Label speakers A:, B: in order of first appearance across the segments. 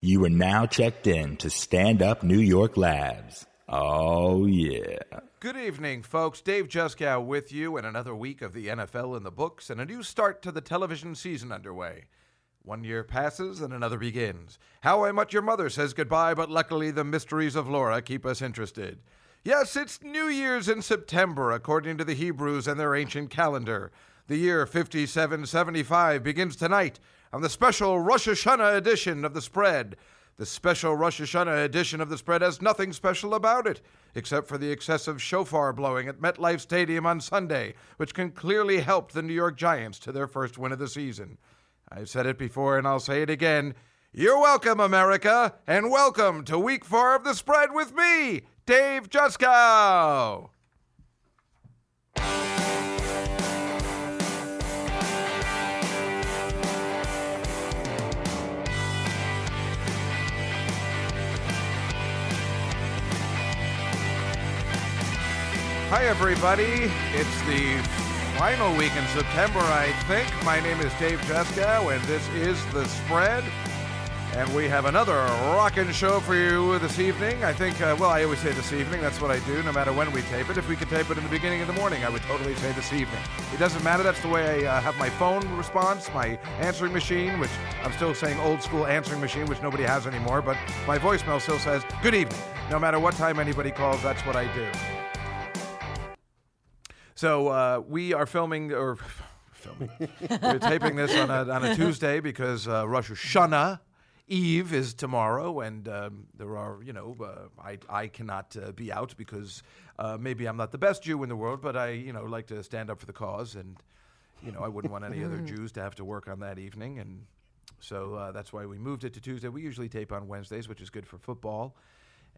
A: You are now checked in to Stand Up New York Labs. Oh, yeah.
B: Good evening, folks. Dave Juskow with you, and another week of the NFL in the books, and a new start to the television season underway. One year passes and another begins. How I Met Your Mother says goodbye, but luckily the mysteries of Laura keep us interested. Yes, it's New Year's in September, according to the Hebrews and their ancient calendar. The year 5775 begins tonight on the special Rosh Hashanah edition of The Spread. The special Rosh Hashanah edition of The Spread has nothing special about it, except for the excessive shofar blowing at MetLife Stadium on Sunday, which can clearly help the New York Giants to their first win of the season. I've said it before and I'll say it again. You're welcome, America, and welcome to week four of The Spread with me, Dave Juskow. Hi, everybody. It's the final week in September, I think. My name is Dave Jeskow, and this is The Spread. And we have another rockin' show for you this evening. I think, uh, well, I always say this evening. That's what I do, no matter when we tape it. If we could tape it in the beginning of the morning, I would totally say this evening. It doesn't matter. That's the way I uh, have my phone response, my answering machine, which I'm still saying old school answering machine, which nobody has anymore, but my voicemail still says, good evening. No matter what time anybody calls, that's what I do. So uh, we are filming or filming. We're taping this on a, on a Tuesday because uh, Rosh Hashanah Eve is tomorrow, and um, there are you know uh, I I cannot uh, be out because uh, maybe I'm not the best Jew in the world, but I you know like to stand up for the cause, and you know I wouldn't want any other Jews to have to work on that evening, and so uh, that's why we moved it to Tuesday. We usually tape on Wednesdays, which is good for football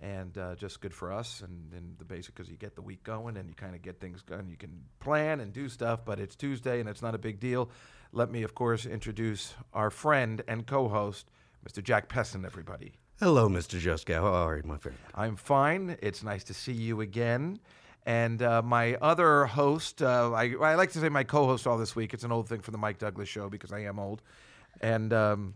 B: and uh, just good for us and, and the basic because you get the week going and you kind of get things going. You can plan and do stuff, but it's Tuesday and it's not a big deal. Let me, of course, introduce our friend and co host, Mr. Jack Pesson, everybody.
C: Hello, Mr. Juskow. How are you, my friend?
B: I'm fine. It's nice to see you again. And uh, my other host, uh, I, I like to say my co host all this week. It's an old thing for the Mike Douglas show because I am old. And um,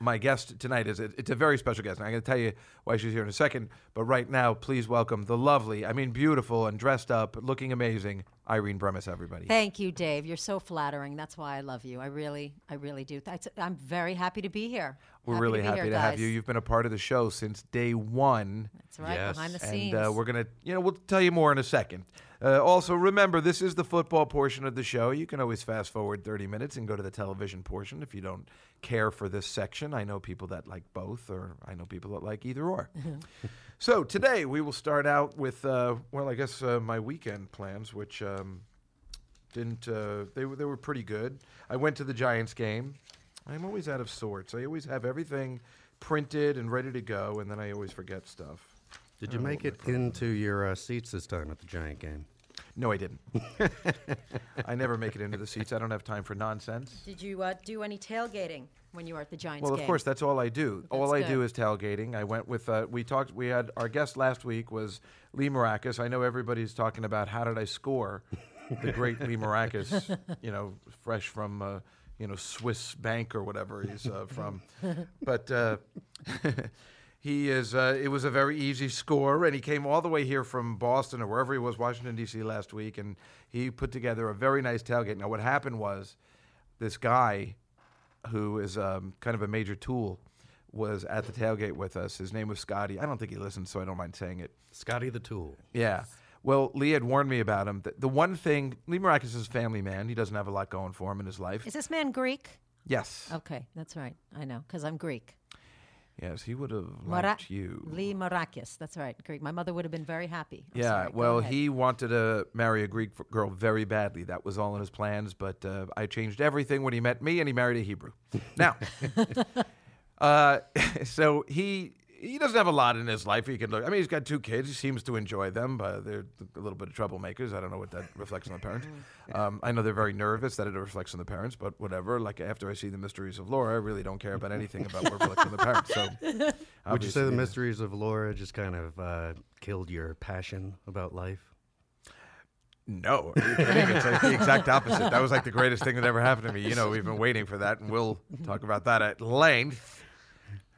B: my guest tonight is it's a very special guest. And I'm going to tell you why she's here in a second. But right now, please welcome the lovely, I mean, beautiful and dressed up, looking amazing, Irene Bremis, everybody.
D: Thank you, Dave. You're so flattering. That's why I love you. I really, I really do. That's, I'm very happy to be here.
B: We're really
D: be
B: happy
D: here,
B: to have
D: guys.
B: you. You've been a part of the show since day one.
D: That's right,
C: Yes.
D: behind the scenes.
B: And uh, we're going to, you know, we'll tell you more in a second. Uh, also, remember, this is the football portion of the show. You can always fast forward 30 minutes and go to the television portion if you don't care for this section. I know people that like both, or I know people that like either or. so, today we will start out with, uh, well, I guess uh, my weekend plans, which um, didn't, uh, they, were- they were pretty good. I went to the Giants game. I'm always out of sorts. I always have everything printed and ready to go, and then I always forget stuff.
C: Did you
D: Oh,
C: make it into your uh, seats this time at the Giant game?
B: No, I didn't. I never make it into the seats. I don't have time for nonsense.
D: Did you uh, do any tailgating when you were at the Giants
B: Well,
D: game?
B: of course, that's all I do. all I
D: That's
B: do
D: good.
B: is tailgating. I went with. Uh, we talked. We had our guest last week was Lee Maracus. I know everybody's talking about how did I score the great Lee Maracus. You know, fresh from uh, you know Swiss bank or whatever he's uh, from, but. Uh, He is. Uh, it was a very easy score, and he came all the way here from Boston or wherever he was, Washington D.C. last week, and he put together a very nice tailgate. Now, what happened was, this guy, who is um, kind of a major tool, was at the tailgate with us. His name was Scotty. I don't think he listens, so I don't mind saying it.
C: Scotty the Tool.
B: Yeah. Well, Lee had warned me about him. The, the one thing, Lee Maracus is a family man. He doesn't have a lot going for him in his life.
D: Is Oh. this man Greek?
B: yes.
D: Okay, that's right. I know, because I'm Greek.
B: Yes, he would have liked
D: Mara-
B: you.
D: Lee Marakis. That's right, Greek. My mother would have been very happy. I'm
B: yeah,
D: sorry, go
B: well,
D: ahead.
B: he wanted to marry a Greek f- girl very badly. That was all in his plans, but uh, I changed everything when he met me, and he married a Hebrew. Now, uh, so he he doesn't have a lot in his life. He could look. I mean, he's got two kids. He seems to enjoy them, but they're a little bit of troublemakers. I don't know what that reflects on the parents. Um, I know they're very nervous that it reflects on the parents, but whatever. Like after I see the mysteries of Laura, I really don't care about anything about what reflects on the parents. So,
C: Would you say the
B: obviously-
C: mysteries of Laura just kind of uh, killed your passion about life?
B: No, are you kidding? it's like the exact opposite. That was like the greatest thing that ever happened to me. You know, we've been waiting for that, and we'll talk about that at length.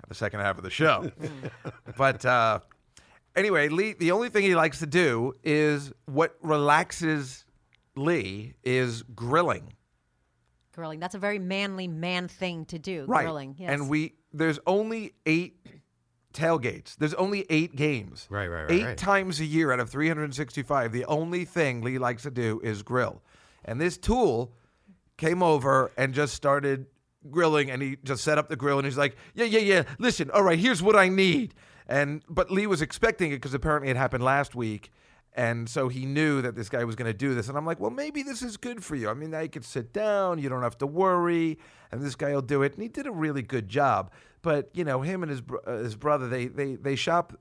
B: the second half of the show. but uh, anyway, Lee, the only thing he likes to do is what relaxes Lee is grilling.
D: Grilling. That's a very manly man thing to do. Grilling. Yes.
B: And we there's only eight tailgates. There's only eight games.
C: Right, right, right,
B: Eight
C: right.
B: times a year out of 365, the only thing Lee likes to do is grill. And this tool came over and just started grilling and he just set up the grill and he's like, "Yeah, yeah, yeah. Listen, all right, here's what I need." And but Lee was expecting it cuz apparently it happened last week. And so he knew that this guy was going to do this. And I'm like, well, maybe this is good for you. I mean, now you can sit down, you don't have to worry, and this guy will do it. And he did a really good job. But, you know, him and his, br- uh, his brother, they, they, they shop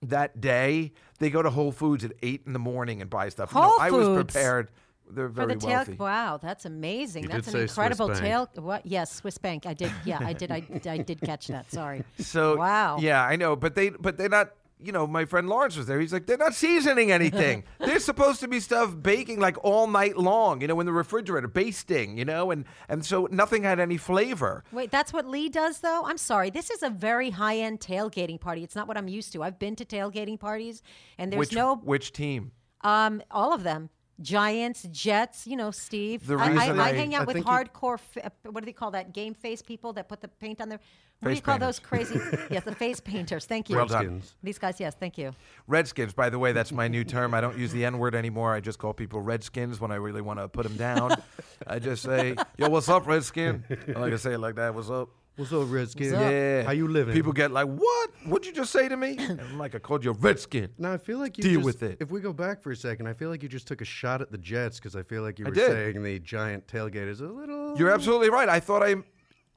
B: that day. They go to Whole Foods at 8 in the morning and buy stuff. you know,
D: Whole
B: I was
D: Foods?
B: prepared. They're
D: For
B: very
D: the tail,
B: wealthy.
D: wow, that's amazing.
C: You
D: that's
C: did say
D: an
C: Swiss
D: incredible
C: bank.
D: tail. What? Yes, Swiss Bank. I did. Yeah, I did. I, I did catch that. Sorry.
B: So
D: wow.
B: yeah, I know, but they but they're not. You know, my friend Lawrence was there. He's like, they're not seasoning anything. they're supposed to be stuff baking like all night long. You know, in the refrigerator, basting. You know, and and so nothing had any flavor.
D: Wait, that's what Lee does, though? I'm sorry. This is a very high end tailgating party. It's not what I'm used to. I've been to tailgating parties, and there's
B: which
D: no,
B: which team?
D: um, all of them. Giants, Jets, you know, Steve.
B: The
D: I, I,
B: reason
D: I
B: I-
D: hang out
C: I
D: with
C: think you-
D: hardcore, fa- what do they call that? Game face people that put the paint on their. What do
B: Face
D: you call
B: painters.
D: those crazy? yes, the face painters. Thank you.
B: Well done.
C: Redskins.
D: These guys, yes, thank you.
B: Redskins. By the way, that's my new term. I don't use the N word anymore. I just call people Redskins when I really want to put them down. I just say, "Yo, what's up, Redskin?" I like to say it like that. What's up?
C: What's up, Redskins?
D: What's up?
B: Yeah.
C: How you living?
B: People get like, "What? What'd you just say to me?" And I'm like, "I called you a Redskin."
C: Now I feel like you
B: Deal
C: just-
B: with it.
C: If we go back for a second, I feel like you just took a shot at the Jets because I feel like you were
B: did.
C: saying the giant tailgate is a little.
B: You're absolutely right. I thought I.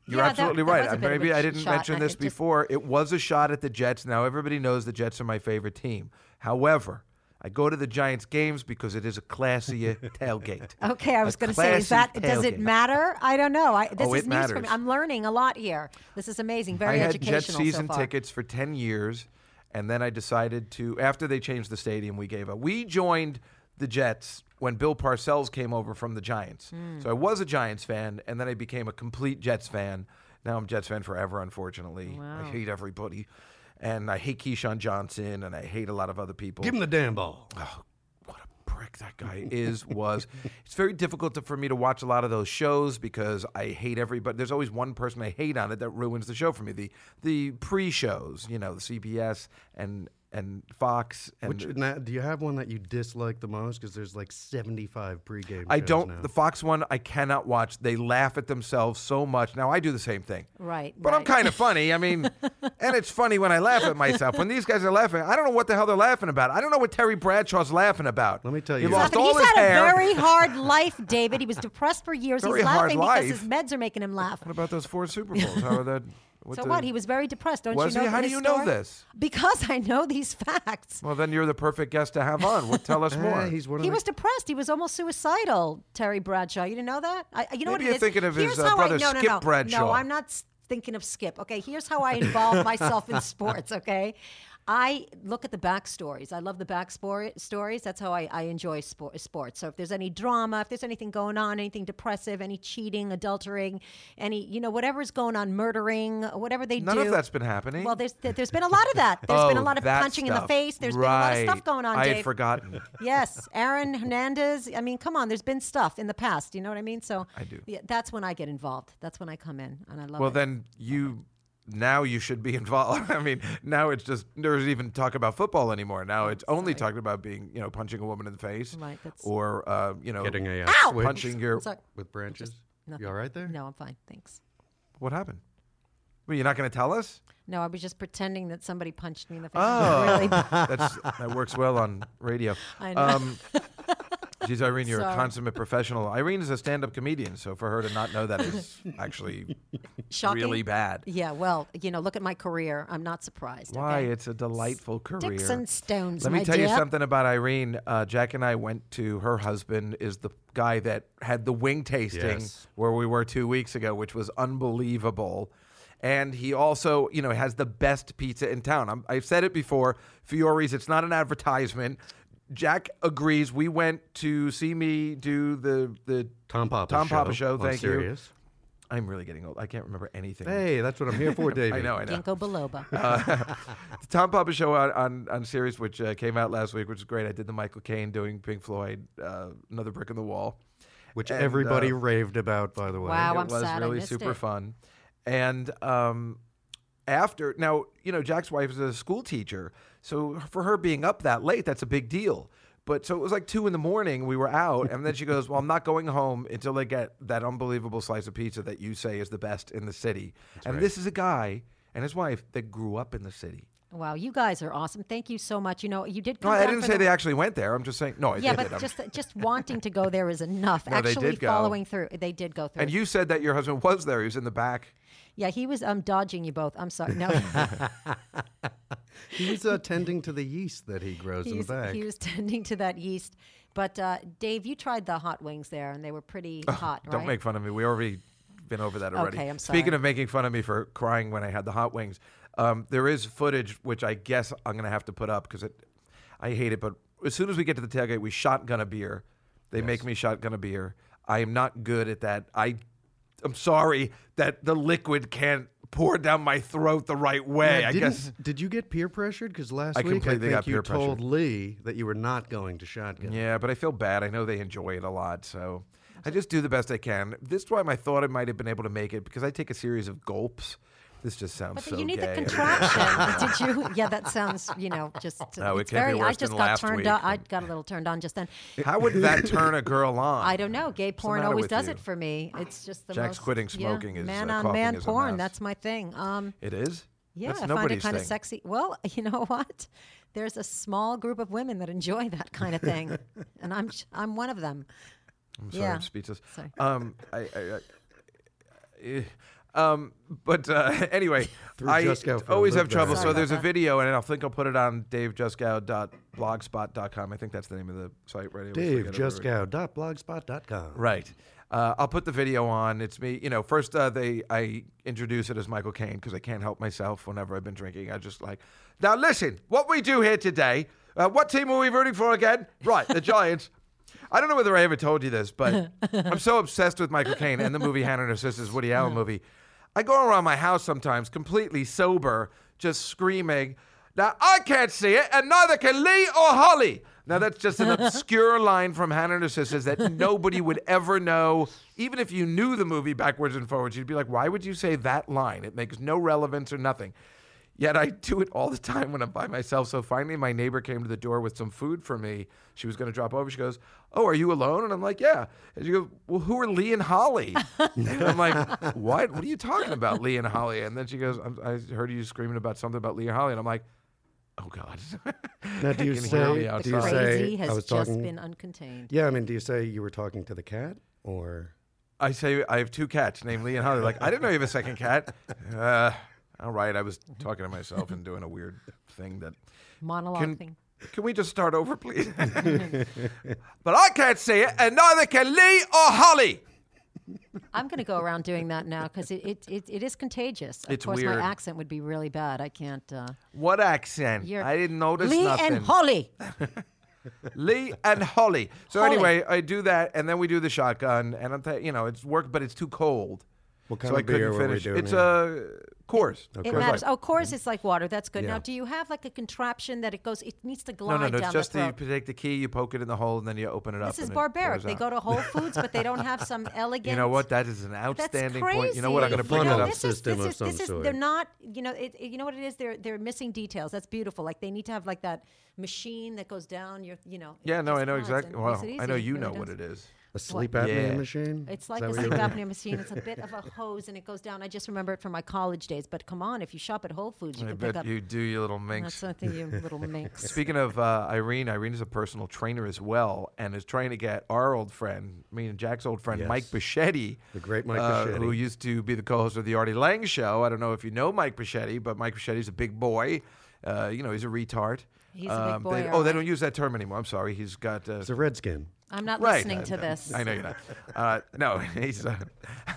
B: You're
D: Yeah, that-
B: absolutely
D: that
B: right.
D: was a
B: I-
D: bit of a
B: Maybe I
D: sh-
B: didn't
D: shot,
B: mention
D: and
B: this
D: it just-
B: before. It was a shot at the Jets. Now everybody knows the Jets are my favorite team. However, I go to the Giants games because it is a classier tailgate.
D: Okay, I was
B: A
D: going to say, is that
B: classy
D: does it
B: tailgate.
D: matter? I don't know. I, this
B: Oh,
D: is
B: it
D: news for me.
B: matters.
D: I'm learning a lot here. This is amazing. Very
B: I had
D: educational
B: Jet season
D: so far.
B: tickets for 10 years, and then I decided to, after they changed the stadium, we gave up. We joined the Jets when Bill Parcells came over from the Giants.
D: Hmm.
B: So I was a Giants fan, and then I became a complete Jets fan. Now I'm a Jets fan forever, unfortunately. I hate everybody. And I hate Keyshawn Johnson, and I hate a lot of other people
C: Give him the damn ball.
B: what a prick that guy is was it's very difficult to, for me to watch a lot of those shows because i hate everybody there's always one person i hate on it that ruins the show for me the the pre-shows you know the cbs and and fox and
C: Which, now, do you have one that you dislike the most? Because there's like 75 pregame.
B: I
C: shows
B: don't.
C: now.
B: The Fox one, I cannot watch. They laugh at themselves so much. Now I do the same thing.
D: Right,
B: But I'm
D: right.
B: kind of funny. I mean, and it's funny when I laugh at myself. When these guys are laughing, I don't know what the hell they're laughing about. I don't know what Terry Bradshaw's laughing about.
C: Let me tell
B: He
C: you.
B: lost
D: Nothing.
B: all
D: He's
B: his
D: had
B: hair.
D: a very hard life, David. He was depressed for years.
B: Very
D: He's
B: hard
D: laughing because his
B: life.
D: meds are making him laugh.
B: What about those four Super Bowls? How are that?
D: so
B: the-
D: what? He was very depressed. Don't
B: Was
D: you know?
B: he? How do
D: his
B: you know
D: story?
B: this?
D: Because I know these facts.
B: Well, then you're the perfect guest to have on. Well, tell us
C: Eh,
B: more.
C: he's one of
D: He
C: the-
D: was depressed. He was almost suicidal, Terry Bradshaw. You didn't know that? I, you know what
B: Maybe
D: it
B: you're
D: is?
B: thinking of his,
D: Here's
B: uh,
D: how
B: brother
D: I, no, no,
B: Skip
D: no.
B: Bradshaw.
D: No, I'm not s- thinking of Skip. Okay, here's how I involve myself in sports, okay? I look at the backstories. I love the backstory stories. That's how I, I enjoy sport, sports. So if there's any drama, if there's anything going on, anything depressive, any cheating, adultering, any, you know, whatever's going on, murdering, whatever they
B: None
D: do.
B: of that's been happening. Oh,
D: Well, there's, there's been a lot of that. There's
B: There's
D: been a lot of punching in the face. There's
B: There's
D: been a lot of stuff going on,
B: I
D: Dave.
B: had forgotten.
D: Yes, Aaron Hernandez. I mean, come on. There's been stuff in the past. You know what I mean? So
B: I do.
D: Yeah, that's when I get involved. That's when I come in, and I love
B: Well,
D: it.
B: then you now you should be involved. I mean, now it's just there's even talk about football anymore. Now it's only talking about being you know punching a woman in the face,
D: Right, that's-
B: or uh, you know
C: getting a uh,
D: Ow!
C: switch
B: punching your.
D: Sorry.
C: with branches.
D: nothing.
C: You all right there?
D: No, I'm fine. Thanks.
B: What happened? Well, you're not going to tell us.
D: No, I was just pretending that somebody punched me in the face.
B: Oh.
D: Really?
B: That's that works well on radio.
D: I know.
B: Um, geez, Irene, you're a
D: Sorry.
B: consummate professional. Irene is a stand-up comedian, so for her to not know that is actually
D: Shocking.
B: really bad.
D: Yeah. Well, you know, look at my career. I'm not surprised.
B: Why?
D: Okay?
B: It's a delightful career.
D: Sticks and stones.
B: Let me
D: my
B: tell you
D: dear.
B: something about Irene. Uh, Jack and I went to her husband is the guy that had the wing tasting
C: Yes.
B: where we were two weeks ago, which was unbelievable. And he also, you know, has the best pizza in town. I'm, I've said it before, Fiore's. It's not an advertisement. Jack agrees. We went to see me do the the
C: Tom Papa.
B: Tom Papa show, Oh,
C: on
B: thank you.
C: Sirius.
B: I'm really getting old. I can't remember anything.
C: Hey, that's what I'm here for, David.
B: I know, I know.
D: Ginkgo biloba.
B: Uh, The Tom Papa show on on, on series, which uh, came out last week, which is great. I did the Michael Caine doing Pink Floyd, uh, another brick in the wall.
C: Which
B: And,
C: everybody
B: uh,
C: raved about, by the way.
D: Wow.
B: it
D: Oh, I'm
B: was
D: sad I
B: really
D: missed
B: super
D: it.
B: fun. And um, after now, you know, Jack's wife is a school teacher, so for her being up that late, that's a big deal. But so it was like two in the morning. We were out, and then she goes, "Well, I'm not going home until I get that unbelievable slice of pizza that you say is the best in the city." and this is a guy and his wife that grew up in the city.
D: wow, you guys are awesome. Thank you so much. You know, you did.
B: No,
D: Come
B: I
D: down
B: didn't
D: for
B: say
D: the-
B: they actually went there. I'm just saying, no, I
D: Yeah,
B: did.
D: but
B: I'm-
D: just just wanting to go there is enough.
B: No, they
D: Actually,
B: did go.
D: following through, they did go through.
B: and you said that your husband was there. He was in the back.
D: yeah, he was um dodging you both. I'm sorry. No,
C: He's uh, tending to the yeast that he grows
D: he
C: in the
D: was,
C: back.
D: he was tending to that yeast. But uh, Dave, you tried the hot wings there, and they were pretty hot, right?
B: Don't make fun of me. We already been over that already.
D: Okay, I'm
B: Speaking
D: sorry.
B: of making fun of me for crying when I had the hot wings, um, there is footage which I guess I'm gonna have to put up because it. I hate it, but as soon as we get to the tailgate, we shotgun a beer. They make me shotgun a beer. I am not good at that. I, I'm sorry that the liquid can't pour down my throat the right way.
C: Yeah,
B: I
C: didn't-
B: guess.
C: Did you get peer pressured? Because last
B: I
C: week I
B: completely
C: think
B: got
C: you
B: peer
C: told
B: pressured.
C: Lee that you were not going to shotgun.
B: Yeah, but I feel bad. I know they enjoy it a lot, so I just do the best I can. This time I thought I might have been able to make it because I take a series of gulps. This just sounds
D: But
B: so
D: you need
B: gay.
D: the contraption. Did you? Yeah, that sounds, you know, just.
B: No, it
D: it's
B: can't be
D: very, I
B: worse
D: just
B: than
D: got
B: last
D: turned
B: week.
D: on. I got a little turned on just then.
B: How would that turn a girl on?
D: I don't know. Gay porn
B: matter
D: always
B: with
D: does
B: you?
D: it for me. It's just the
B: Jack's
D: most-
B: quitting
D: yeah,
B: smoking is,
D: man
B: uh,
D: on
B: coughing
D: man
B: is a
D: porn.
B: mess.
D: That's my thing. Um,
B: It is.
D: yeah,
B: That's
D: I find it
B: nobody's
D: kind of
B: thing.
D: sexy. Well, you know what? There's a small group of women that enjoy that kind of thing, and I'm sh- I'm one of them.
B: I'm sorry,
D: yeah.
B: I'm speechless.
D: Sorry.
B: Um, I, I, I, eh, um, but uh, anyway,
C: Threw
B: I
C: Juskow for a
B: always
C: loop
B: have trouble.
C: there.
B: so
D: Sorry
B: there's a
D: about that.
B: video, and I think I'll put it on davejuskow.blogspot.com. I think that's the name of the site. Right? I always
C: Dave
B: forget every-
C: DaveJustGow.blogspot.com.
B: Right. Uh, I'll put the video on. It's me. You know, first uh, they I introduce it as Michael Caine because I can't help myself whenever I've been drinking. I just like. Now listen, what we do here today. Uh, what team are we rooting for again? Right, the Giants. I don't know whether I ever told you this, but I'm so obsessed with Michael Caine and the movie Hannah and Her Sisters, Woody Allen movie. I go around my house sometimes completely sober, just screaming. Now I can't see it, and neither can Lee or Holly. Now that's just an obscure line from Hannah and her sisters that nobody would ever know. Even if you knew the movie backwards and forwards, you'd be like, why would you say that line? It makes no relevance or nothing. Yet I do it all the time when I'm by myself. So finally, my neighbor came to the door with some food for me. She was going to drop over. She goes, "Oh, are you alone?" And I'm like, "Yeah." And she goes, "Well, who are Lee and Holly?" and I'm like, "What? What are you talking about, Lee and Holly?" And then she goes, I'm, "I heard you screaming about something about Lee and Holly," and I'm like, "Oh God."
C: Now, do
B: I
C: you
B: can hear
C: say-
B: me
C: do
D: The
C: Do you
B: outside.
C: say-
D: crazy
C: I
D: has
C: was
D: just
C: talking-
D: been uncontained.
C: Yeah, I mean, do you say you were talking to the cat or?
B: I say I have two cats named Lee and Holly. Like I didn't know you have a second cat. Uh, all right, I was talking to myself and doing a weird thing that.
D: Monologue
B: Can,
D: thing.
B: can we just start over, please? but I can't see it, and neither can Lee or Holly.
D: I'm going to go around doing that now because it, it, it, it is contagious. Of
B: It's
D: course,
B: weird.
D: my accent would be really bad. I can't. Uh,
B: What accent?
D: you're-
B: I didn't notice
D: Lee
B: nothing.
D: and Holly.
B: Lee and Holly. So
D: Holly.
B: anyway, I do that, and then we do the shotgun, and I'm, th- you know, it's work, but it's too cold.
C: What kind
B: so
C: of
B: I couldn't
C: beer were we
B: finish.
C: doing
B: it's
C: here?
B: a course.
D: It matters. Oh, course, it's like water. That's good.
C: Yeah.
D: Now, do you have like a contraption that it goes? It needs to glide
B: No, no, no. It's
D: down
B: just
D: the
B: that you
D: throat.
B: take the key, you poke it in the hole, and then you open it up.
D: this is
B: and it
D: barbaric.
B: pours
D: They
B: out.
D: go to Whole Foods, but they don't have some elegant.
B: You know what? That is an
D: That's
B: outstanding
D: crazy.
B: point. You know what? I'm going to
C: You
B: bring it
C: know,
B: up.
D: this is-
C: System
D: this
C: of
D: is-
C: some
D: this is-
C: sort.
D: They're not. You know, it, it- you know what it is. They're they're missing details. That's beautiful. Like they need to have like that machine that goes down. Your you know. it
B: Yeah, no,
D: just
B: I know
D: glides
B: exactly.
D: and
B: Well,
D: makes it
B: I know
D: easier.
B: you
D: really
B: know what
D: does.
B: it is.
C: A sleep apnea
B: Yeah.
C: machine?
D: It's
C: Is
D: like
C: that
D: a
C: what you
D: sleep
C: were-
D: apnea machine. It's a bit of a hose and it goes down. I just remember it from my college days. But come on, if you shop at Whole Foods, you
B: I
D: can pick
B: bet
D: up.
B: you do, you little minx.
D: That's something you little minx.
B: Speaking of uh, Irene, Irene is a personal trainer as well, and is trying to get our old friend, me and Jack's old friend, Mike Bichetti,
C: The great Mike
B: uh,
C: Bichetti.
B: who used to be the co-host of the Artie Lang Show. I don't know if you know Mike Bichetti, but Mike Bichetti's a big boy. Uh, you know, he's a retard.
D: He's a big boy,
B: they- oh,
D: all
B: they
D: right.
B: don't use that term anymore. I'm sorry. He's got uh,
C: It's a redskin.
D: I'm not
B: right.
D: listening
B: I-
D: to this.
B: I know you're not. Uh, no, he's. Uh,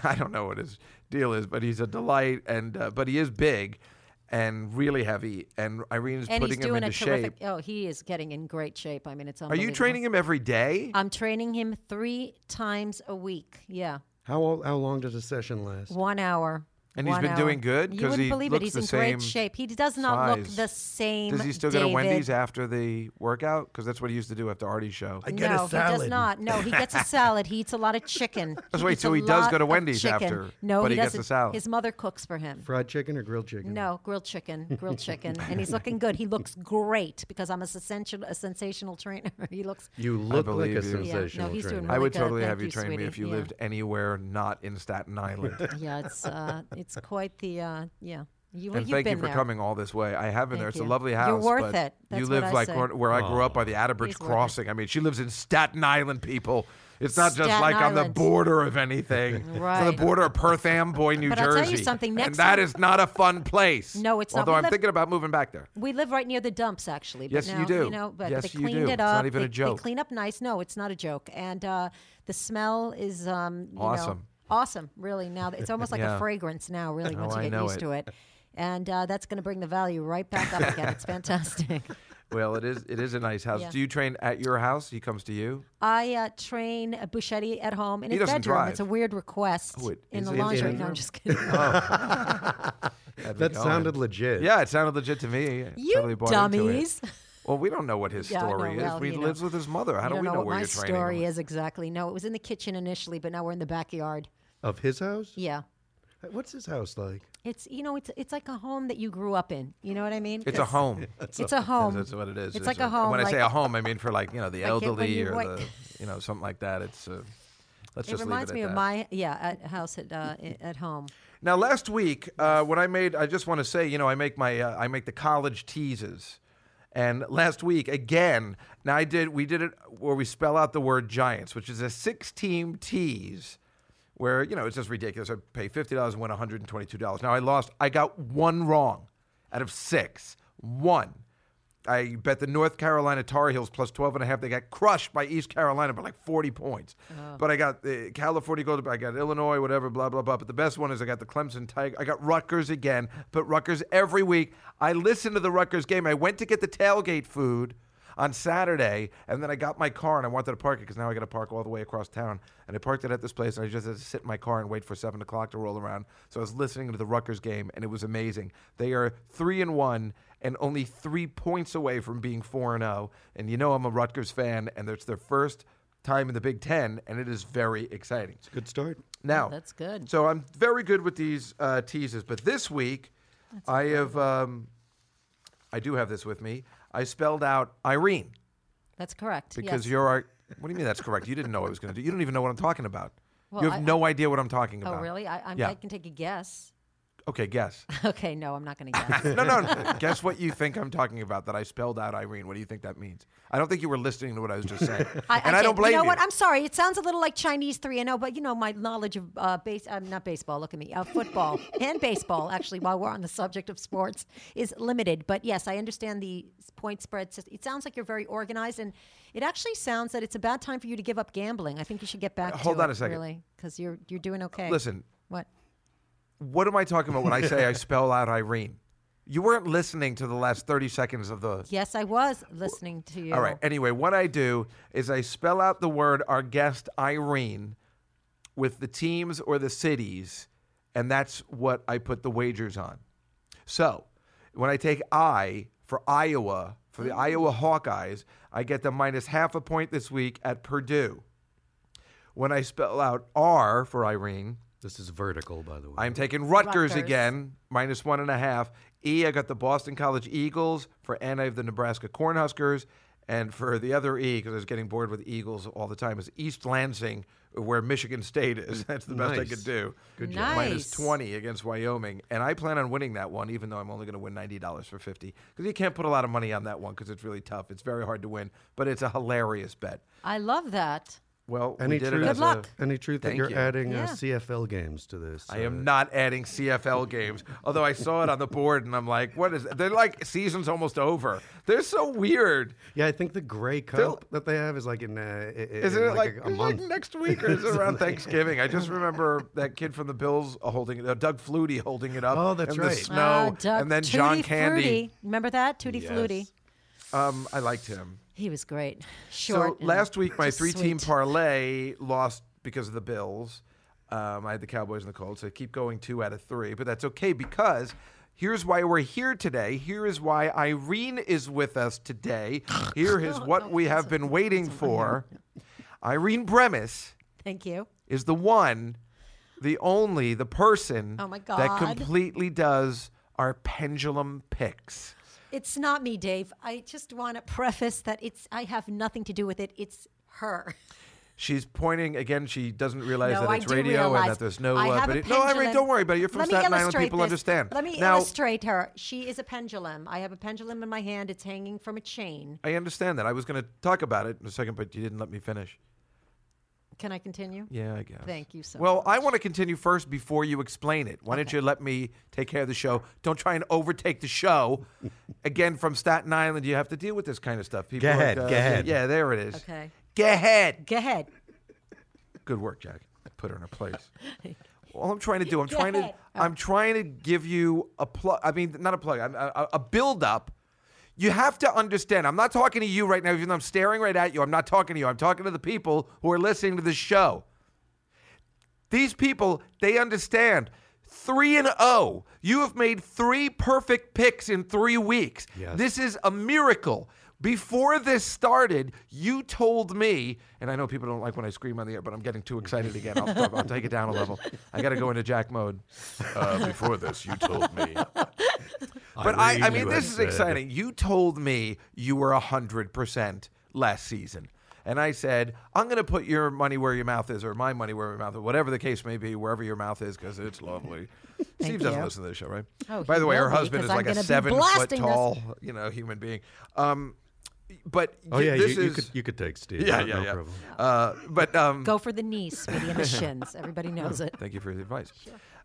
B: I don't know what his deal is, but he's a delight, and uh, but he is big, and really heavy, and Irene's
D: and
B: putting
D: he's doing
B: him
D: a
B: into
D: terrific.
B: shape.
D: Oh, he is getting in great shape. I mean, it's
B: Are
D: unbelievable.
B: you training him every day?
D: I'm training him three times a week. Yeah.
C: How ol- how long does a session last?
D: One hour.
B: And he's
D: One
B: been
D: hour.
B: doing good?
D: You
B: 'Cause
D: wouldn't
B: he
D: believe
B: looks
D: it. He's
B: the
D: in great
B: same
D: shape. He does not look
B: size.
D: the same.
B: Does he still
D: David.
B: go to Wendy's after the workout? Because that's what he used to do after Artie's show.
C: I get a
D: no, he does
C: salad.
D: not. No, he gets a salad. He eats a lot of chicken.
B: That's
D: He
B: right,
D: eats
B: so
D: a
B: he does
D: lot
B: go to
D: of
B: Wendy's
D: chicken.
B: after,
D: No,
B: but
D: he
B: he gets a
D: doesn't.
B: salad.
D: His mother cooks for him.
C: Fried chicken or grilled chicken?
D: No, grilled chicken, grilled chicken, and he's looking good. He looks great because I'm a sensational, a sensational trainer. he looks.
C: You look like
B: believe
C: a
B: you. Yeah, no,
C: sensational
D: he's doing
B: I
C: trainer.
D: really
B: would
D: good.
B: totally
D: Thank
B: have you,
D: you,
B: train me
D: sweetie.
B: if you
D: Yeah.
B: lived anywhere not in Staten Island.
D: Yeah, it's uh, it's quite the uh, yeah. You
B: and
D: you've
B: thank you
D: been
B: for
D: there.
B: coming all this way. I haven't there.
D: Thank
B: It's a
D: you.
B: lovely
D: You're
B: house.
D: worth
B: but
D: it.
B: you
D: That's
B: live
D: what I
B: like
D: say.
B: where, where I grew up by the Atterbridge
D: He's worth it.
B: Crossing. I mean, she lives in Staten Island, people. It's not just
D: Staten
B: like on the
D: Island.
B: border of anything. It's on
D: Right.
B: the border of Perth Amboy, New
D: But I'll
B: Jersey.
D: tell you something,
B: and
D: next
B: that
D: time-
B: is not a fun place.
D: No, it's not.
B: Although
D: We
B: I'm
D: live-
B: thinking about moving back there.
D: We live right near the dumps, actually. But
B: Yes, you
D: now,
B: do.
D: know, but
B: Yes,
D: they
B: you
D: cleaned
B: do.
D: it
B: It's
D: up.
B: not even a
D: they,
B: joke.
D: They clean up nice. No, it's not a joke. And uh, the smell is um, you know,
B: Awesome.
D: awesome, really. Now it's almost like
B: Yeah. Oh,
D: a fragrance now, really, once
B: I
D: you get
B: know
D: used
B: it.
D: to it. And uh, that's going to bring the value right back up again. It's fantastic.
B: Well, it is. It is a nice house.
D: Yeah.
B: Do you train at your house? He comes to you.
D: I uh, train uh, Buschetti at home in
B: He
D: his
B: doesn't
D: bedroom. It's a
B: drive.
D: weird request
B: Oh, it
D: in
B: is
D: the
B: in his Oh,
D: laundry.
C: living
D: No, I'm
C: room?
D: just kidding.
B: Had me
C: That
B: going.
C: sounded legit.
B: Yeah, it sounded legit to me. I
D: You
B: totally bought into it.
D: dummies.
B: Well, we don't know what his
D: Yeah, I
B: story
D: know.
B: is.
D: Well,
B: he
D: you know.
B: lives with his mother. How
D: I
B: do
D: don't
B: we
D: know,
B: know,
D: what
B: where
D: my
B: you're training? him?
D: story is exactly. No, it was in the kitchen initially, but now we're in the backyard.
C: Of his house?
D: Yeah.
C: What's his house like?
D: It's you know it's it's like a home that you grew up in. You know what I mean?
B: It's a home.
D: It's a home.
B: That's what it is.
D: It's like a home,
B: When I say
D: like-
B: a home, I mean for like you know the
D: Like it- when
B: elderly
D: you
B: or
D: wake-
B: the you know something like that. It's uh, let's just
D: It
B: leave it
D: reminds
B: at
D: me of
B: that.
D: my yeah at house at uh, i- at home.
B: Now, last week, uh, when I made, I just want to say, you know, I make my, uh, I make the college teases, and last week again, now I did, we did it where we spell out the word Giants, which is a six-team tease, where you know it's just ridiculous. I pay fifty dollars and win one hundred and twenty-two dollars. Now I lost, I got one wrong, out of six, one. I bet the North Carolina Tar Heels plus 12 and a half. They got crushed by East Carolina by like 40 points. But I got the California Gold, I got Illinois, whatever, blah, blah, blah. But the best one is I got the Clemson Tiger. I got Rutgers again, but Rutgers every week. I listened to the Rutgers game. I went to get the tailgate food on Saturday, and then I got my car and I wanted to park it because now I got to park all the way across town. And I parked it at this place, and I just had to sit in my car and wait for seven o'clock to roll around. So I was listening to the Rutgers game, and it was amazing. They are three and one, and only three points away from being four and zero. And you know I'm a Rutgers fan, and it's their first time in the Big Ten, and it is very exciting.
C: Good start.
B: Now
D: Oh, that's good.
B: So I'm very good with these uh, teases, but this week I have um, I do have this with me. I spelled out Irene
D: That's correct.
B: because
D: yes.
B: you're our. What do you mean that's correct? You didn't know what I was going to do. You don't even know what I'm talking about.
D: Well,
B: you have
D: I-
B: no idea what I'm talking
D: Oh
B: about.
D: really? I I'm,
B: Yeah.
D: I can take a guess.
B: Okay, guess.
D: Okay, no, I'm not going to guess.
B: No, no, no. guess what you think I'm talking about that I spelled out Irene. What do you think that means? I don't think you were listening to what I was just saying. and I
D: can't-
B: don't blame
D: you. know what? I'm sorry. It sounds a little like Chinese three and oh, but you know my knowledge of uh, base. I'm not baseball. Look at me. Uh, football and baseball. Actually, while we're on the subject of sports, is limited. But yes, I understand the s- point spread. sys- It sounds like you're very organized, and it actually sounds that it's a bad time for you to give up gambling. I think you should get back.
B: Uh, hold
D: to
B: on
D: it,
B: a second.
D: really, because you're you're doing okay.
B: Listen,
D: what?
B: what am I talking about when I say I spell out Irene? You weren't listening to the last 30 seconds of the
D: Yes, I was listening to you.
B: All right. Anyway, what I do is I spell out the word our guest Irene with the teams or the cities, and that's what I put the wagers on. So when I take I for Iowa, for the Iowa Hawkeyes, I get the minus half a point this week at Purdue. When I spell out R for Irene,
C: This is vertical, by the way.
B: I'm taking Rutgers,
D: Rutgers.
B: again, minus one and a half. E, I got the Boston College Eagles. For N, I have the Nebraska Cornhuskers. And for the other E, because I was getting bored with Eagles all the time, is East Lansing, where Michigan State is. That's the best I
C: Nice.
B: could do.
D: Good job.
B: Minus
D: Nice.
B: 20 against Wyoming. And I plan on winning that one, even though I'm only going to win $90 for 50 Because you can't put a lot of money on that one because it's really tough. It's very hard to win, but it's a hilarious bet.
D: I love that.
B: Well, we
C: Any
B: did
C: truth?
B: it
D: Good
B: as a-
D: luck.
C: Any truth that
B: Thank
C: you're
B: you.
C: adding
D: Yeah.
C: uh, CFL games to this?
B: I am not adding CFL games. Although I saw it on the board and I'm like, what is they're like season's almost over. They're so weird.
C: Yeah, I think the gray
B: Still-
C: cup that they have is like in. Uh, i- i-
B: Isn't
C: in
B: it like,
C: a- a
B: it's like
C: month.
B: next week or is it around Thanksgiving? I just remember that kid from the Bills holding it, uh, Doug Flutie holding it up.
C: Oh, that's
B: in The
C: right.
D: Ah,
B: snow,
D: Doug-
B: and then
D: Tutti
B: John Candy.
D: Frutti. Remember that? Tutti Flutie.
B: Um, I liked him.
D: He was great. Short.
B: So
D: and
B: last week, my
D: just
B: three-team
D: sweet.
B: parlay lost because of the Bills. Um, I had the Cowboys and the Colts. I keep going two out of three, but that's okay because here's why we're here today. Here is why Irene is with us today. Here is what we have been waiting for. Irene Bremis
D: Thank you.
B: is the one, the only, the person
D: Oh my
B: that
D: God.
B: completely does our pendulum picks.
D: It's not me, Dave. I just want to preface that it's I have nothing to do with it. It's her.
B: She's pointing again. She doesn't realize
D: No,
B: that
D: I
B: it's
D: do
B: radio
D: realize.
B: and that there's no.
D: I
B: uh,
D: have a
B: video- no, Irene,
D: pendulum.
B: don't worry about it. You're from
D: Let me
B: Staten Island.
D: illustrate
B: People
D: this.
B: understand.
D: Let me
B: now,
D: illustrate her. She is a pendulum. I have a pendulum in my hand. It's hanging from a chain.
B: I understand that. I was going to talk about it in a second, but you didn't let me finish.
D: Can I continue?
B: Yeah, I guess.
D: Thank you so
B: well, I want to continue first before you explain it. Why don't you let me take care of the show? Don't try and overtake the show. Again, from Staten Island, you have to deal with this kind of stuff. People
C: Go
B: are,
C: ahead,
B: uh,
C: go ahead.
B: Yeah, there it is.
D: Okay.
B: Go ahead.
D: Go ahead.
B: Good work, Jack. Put her in her place. All I'm trying to do, I'm
D: Go
B: trying
D: ahead.
B: to, I'm trying to give you a plug. I mean, not a plug. I'm- A, a build up. You have to understand. I'm not talking to you right now, even though I'm staring right at you. I'm not talking to you. I'm talking to the people who are listening to this show. These people, they understand. Three and oh, you have made three perfect picks in three weeks.
C: Yes.
B: This is a miracle. Before this started, you told me, and I know people don't like when I scream on the air, but I'm getting too excited again. I'll, I'll take it down a level. I got to go into Jack mode. Uh, before this, you told me. But I, I
C: Irene,
B: mean,
C: you
B: this
C: had
B: is
C: said-
B: exciting. You told me you were 100% last season. And I said, I'm going to put your money where your mouth is, or my money where your mouth is, whatever the case may be, wherever your mouth is, because it's lovely. Steve doesn't
D: you.
B: listen to this show, right?
D: Oh,
B: By
D: he
B: the way,
D: will
B: her
D: be,
B: husband
D: because
B: is
D: I'm
B: like a
D: gonna be
B: seven foot
D: blasting this.
B: tall, you know, human being. Um, but
C: Oh
B: y-
C: yeah, you,
B: this
C: you
B: is
C: could you could take Steve.
B: yeah,
C: no,
B: yeah,
C: no
B: yeah.
C: problem.
B: Uh, but um,
D: Go for the knees, sweetie, and the shins. Everybody knows it.
B: Thank you for the advice.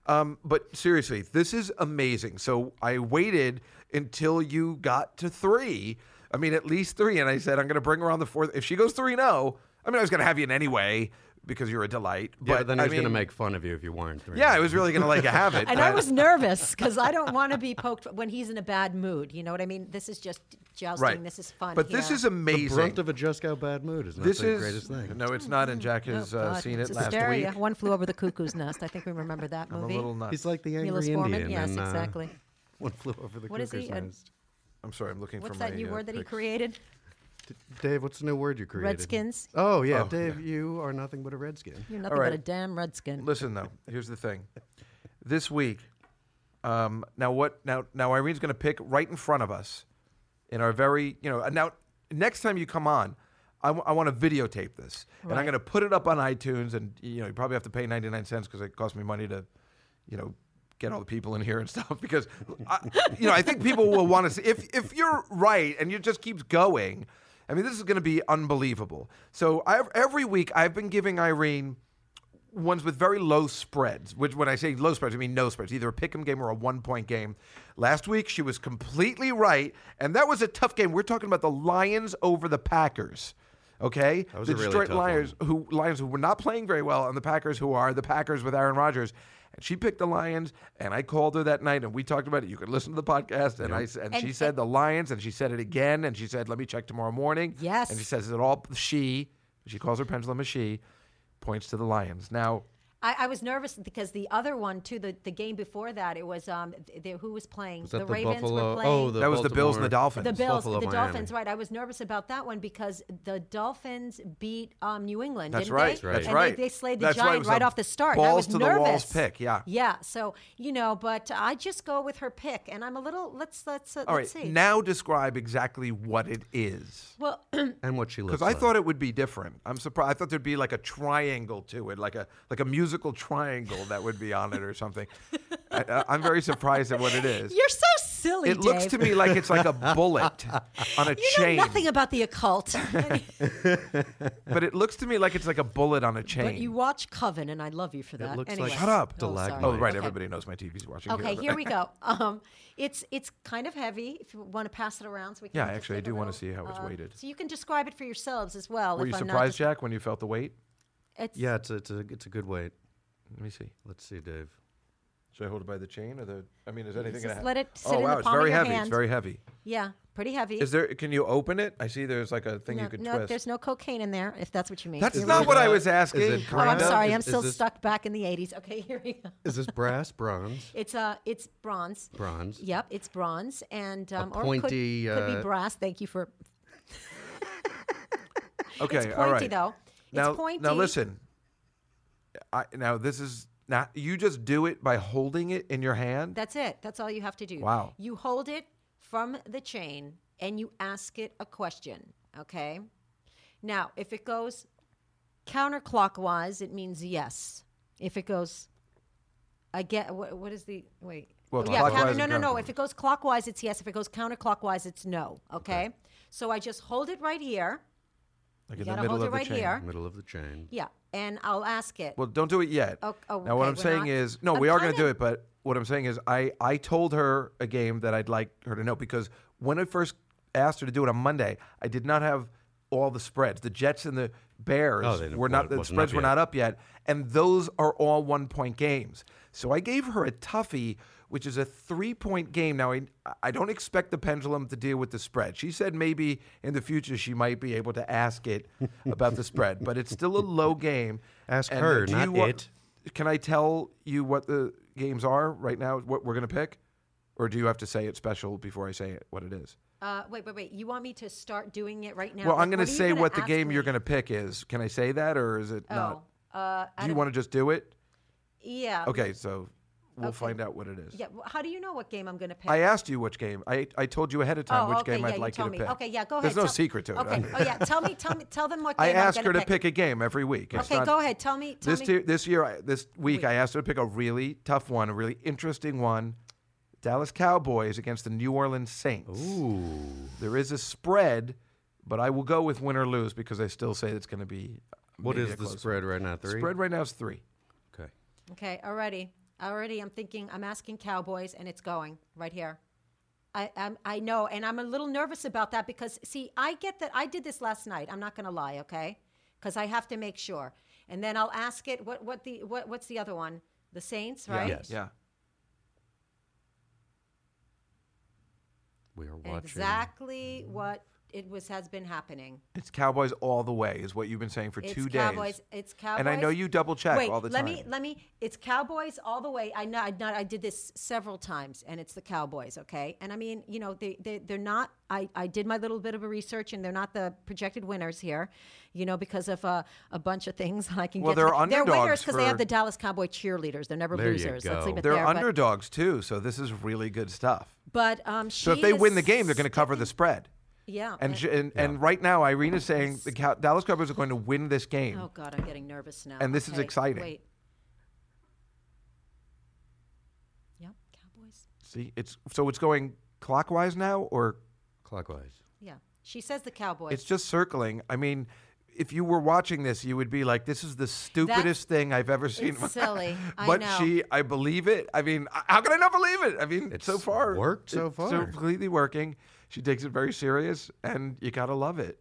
B: Um, but seriously, this is amazing. So I waited until you got to three. I mean, at least three. And I said, I'm going to bring her on the fourth. If she goes three, no. I mean, I was going to have you in anyway because you're a delight. But,
C: Yeah, but then
B: I
C: he was gonna
B: mean,
C: make fun of you if you weren't. right?
B: Yeah, I was really going to let you have it.
D: And I was nervous because I don't want to be poked when he's in a bad mood. You know what I mean? This is just jousting.
B: right.
D: This is fun.
B: But this
D: here.
B: is amazing.
C: The brunt of a just got bad mood is not
B: this
C: the
B: is
C: greatest thing.
B: no, it's not. And Jack has
D: Oh,
B: uh,
D: God,
B: seen it
D: it's
B: last
D: hysteria.
B: week.
D: One flew over the cuckoo's nest. I think we remember that
B: I'm a
D: movie.
B: little nuts.
C: He's like the angry
D: Milos
C: Indian.
D: Forman. Yes,
C: in, uh,
D: exactly.
C: One flew over the
D: What is
C: cuckoo's
D: he, a-
C: nest.
B: I'm sorry. I'm looking
D: What's
B: for
D: that
B: my,
D: new
B: uh,
D: word that he
B: picks.
D: created?
C: Dave, what's the new word you created?
D: Redskins. Mm-hmm.
C: Oh yeah,
B: Oh,
C: Dave, you are nothing but a redskin.
D: You're nothing
B: right.
D: but a damn redskin.
B: Listen though, here's the thing. This week, um, now what? Now now Irene's going to pick right in front of us, in our very you know. Now next time you come on, I want to videotape this, and I'm
D: Right.
B: going to put it up on iTunes, and you know you probably have to pay 99 cents because it cost me money to, you know. Get all the people in here and stuff because, I, you know, I think people will want to see if if you're right and it just keeps going. I mean, this is going to be unbelievable. So I've, every week I've been giving Irene ones with very low spreads, which when I say low spreads, I mean no spreads, either a pick 'em game or a one point game. Last week, she was completely right, and that was a tough game. We're talking about the Lions over the Packers. Okay,
C: was
B: the
C: a really
B: Detroit
C: tough
B: Lions, who Lions who were not playing very well, and the Packers who are the Packers with Aaron Rodgers, and she picked the Lions, and I called her that night, and we talked about it. You could listen to the podcast, and I s- and,
D: And-
B: she said the Lions, and she said it again, and she said, "Let me check tomorrow morning."
D: Yes.
B: and she says it all. She she calls her pendulum a she, points to the Lions. Now
D: I, I was nervous because the other one too, the, the game before that, it was um, th- th- who was playing?
C: Was that the,
D: Ravens
C: Buffalo?
D: were playing.
C: Oh, the
B: That was the Bills and the
C: Baltimore-
B: Dolphins.
D: the Bills,
C: Buffalo,
D: the
C: Miami.
D: Dolphins, right? I was nervous about that one because the Dolphins beat um, New England.
B: That's
D: didn't
B: right.
D: They?
B: That's
D: and
B: right.
D: They, they slayed the
B: That's why it
D: Giant
B: was
D: right
B: a
D: off the start. and I
B: balls
D: was
B: to the
D: nervous.
B: walls pick, yeah.
D: Yeah. So you know, but I just go with her pick, and I'm a little. Let's let's uh,
B: All right,
D: let's see.
B: now describe exactly what it is.
D: well,
C: and what she looks
B: Because I thought it would be different. I'm surprised. I thought there'd be like a triangle to it, like a like a musical triangle that would be on it or something. I- I, I'm very surprised at what it is.
D: you're so silly.
B: it looks
D: Dave.
B: to me like it's like a bullet on a
D: You
B: chain,
D: know nothing about the occult,
B: but it looks to me like it's like a bullet on a chain.
D: but you watch Coven, and I love you for that.
C: looks like
D: anyway.
B: Shut up.
D: Oh, sorry.
B: oh, right.
D: Okay.
B: Everybody knows my TV's watching.
D: Okay,
B: but-
D: here we go. Um, it's it's kind of heavy. If you want to pass it around, so we can.
B: Yeah,
D: just
B: actually, I
D: take a
B: do wanna
D: little, um,
B: see how it's weighted.
D: So you can describe it for yourselves as well.
B: Were
D: if
B: you
D: I'm not
B: surprised,
D: just-
B: Jack, when you felt the weight?
D: It's,
C: Yeah, it's a, it's a it's a good weight.
B: Let me see.
C: Let's see, Dave.
B: Should I hold it by the chain or the? I mean, is anything
D: Just
B: going to happen?
D: let it sit
B: oh
D: in the
B: wow, it's
D: palm of
B: very
D: your
B: heavy. It's
D: hand.
B: very heavy.
D: Yeah, pretty heavy.
B: Is there? Can you open it? I see. There's like a thing
D: no,
B: you could
D: no,
B: twist.
D: there's no cocaine in there, if that's what you mean.
B: That's
D: You're
B: not
D: right.
B: what I
C: Uh,
B: was
C: is it
B: asking.
D: Oh, I'm
C: Brando?
D: sorry. I'm
C: Is-
D: still
C: is this-
D: stuck back in the 80s. Okay, here we go.
C: Is this brass, bronze?
D: It's uh, it's bronze.
C: Bronze.
D: Yep, it's bronze, and um,
C: pointy,
D: or it could, could be
C: uh,
D: brass. Thank you for
B: okay,
D: it's pointy
B: all right.
D: though.
B: now,
D: it's pointy.
B: now listen. I, now this is not. You just do it by holding it in your hand.
D: That's it. That's all you have to do.
B: Wow.
D: You hold it from the chain and you ask it a question. Okay. Now, if it goes counterclockwise, it means yes. If it goes, I get what, what is the wait?
B: Well,
D: yeah, counter-
B: clockwise
D: no,
B: and
D: no, no.
B: counterclockwise.
D: If it goes clockwise, it's yes. If it goes counterclockwise, it's no. Okay. So I just hold it right here.
B: like
D: You
B: in the
D: gotta
B: middle of
D: hold it
B: the
D: right
B: chain.
D: here.
C: Middle of the chain.
D: Yeah, and I'll ask it.
B: Well, don't do it yet.
D: Oh, oh,
B: now what
D: okay,
B: I'm
D: we're
B: saying
D: not-
B: is, no,
D: I'm
B: we are going to
D: kinda-
B: do it. But what I'm saying is, I I told her a game that I'd like her to know because when I first asked her to do it on Monday, I did not have all the spreads. The Jets and the Bears
C: Oh, they didn't-
B: were not
C: well, it
B: the
C: wasn't up
B: spreads were
C: yet.
B: not up yet, and those are all one point games. So I gave her a toughie. Which is a three-point game. Now, I, I don't expect the pendulum to deal with the spread. She said maybe in the future she might be able to ask it about the spread, but it's still a low game.
C: Ask
B: And uh,
C: her,
B: do
C: not
B: you wa-
C: it.
B: Can I tell you what the games are right now? What we're gonna pick, or do you have to say it special before I say it, what it is?
D: uh, wait, wait, wait. You want me to start doing it right now?
B: well, I'm
D: Like,
B: gonna
D: are you
B: say what the
D: ask
B: game you're
D: me?
B: gonna pick is. Can I say that, or is it not?
D: Oh, uh,
B: Do you want to just do it?
D: yeah.
B: Okay, so we'll find out what it is.
D: Yeah. wh- How do you know what game I'm going to pick?
B: I asked you which game. I, I told you ahead of time
D: oh,
B: which
D: okay,
B: game
D: yeah,
B: I'd
D: you
B: like you
D: told
B: to
D: me.
B: pick.
D: Okay, yeah, go ahead.
B: There's no
D: tell-
B: secret to it.
D: Okay. oh yeah, tell me, tell me, tell them what game
B: I
D: I'm
B: ask her
D: gonna
B: to pick a game every week. It's
D: Okay,
B: not-
D: go ahead. Tell me. Tell
B: this
D: me.
B: year, this year, I- this week, I asked her to pick a really tough one, a really interesting one. Dallas Cowboys against the New Orleans Saints.
C: Ooh.
B: There is a spread, but I will go with win or lose because I still say it's going to be.
C: What
B: maybe
C: is
B: a
C: the
B: close
C: spread right now? Three.
B: one. Spread right now is three.
C: Okay.
D: okay, already, already. I'm thinking. I'm asking Cowboys, and it's going right here. I, I'm, I know, and I'm a little nervous about that because, see, I get that. I did this last night. I'm not going to lie, okay? Because I have to make sure, and then I'll ask it. What, what the, what, what's the other one? The Saints, right?
C: Yes.
B: Yeah.
C: We are watching.
D: Exactly what it was has been happening.
B: It's Cowboys all the way, is what you've been saying for
D: It's
B: two
D: Cowboys.
B: days.
D: It's Cowboys.
B: And I know you double check
D: Wait,
B: all the
D: let
B: time.
D: me let me. It's Cowboys all the way. I know. I, know, I did this several times, and it's the Cowboys. Okay, and I mean, you know, they they they're not. I I did my little bit of a research, and they're not the projected winners here, you know, because of a a bunch of things. I can
B: Well,
D: get. to
B: they're
D: that. They're winners
B: underdogs
D: because they have
B: for-
D: the Dallas Cowboy cheerleaders. They're never
C: There you
D: losers. Let's
C: go.
D: leave it
B: They're
D: there. but-
B: underdogs too, so this is really good stuff.
D: But, um,
B: So if
D: she
B: they win
D: is
B: the game, they're going to cover the spread.
D: Yeah.
B: And
D: I-
B: sh- and, and right now, Irene is saying the Cow- Dallas Cowboys are going to win this game.
D: oh God, I'm getting nervous now.
B: And this is
D: Okay,
B: exciting.
D: Wait. Yep, Cowboys.
B: See, it's so it's going clockwise now, or
C: Clockwise.
D: Yeah, she says the Cowboys.
B: it's just circling. I mean, if you were watching this, you would be like, "This is the stupidest thing I've ever seen."
D: It's silly. I
B: but
D: know.
B: she, I believe it. I mean, I- how can I not believe it? I mean, so
C: It's
B: far
C: worked so
B: it's
C: far.
B: completely working. She takes it very serious, and you gotta love it.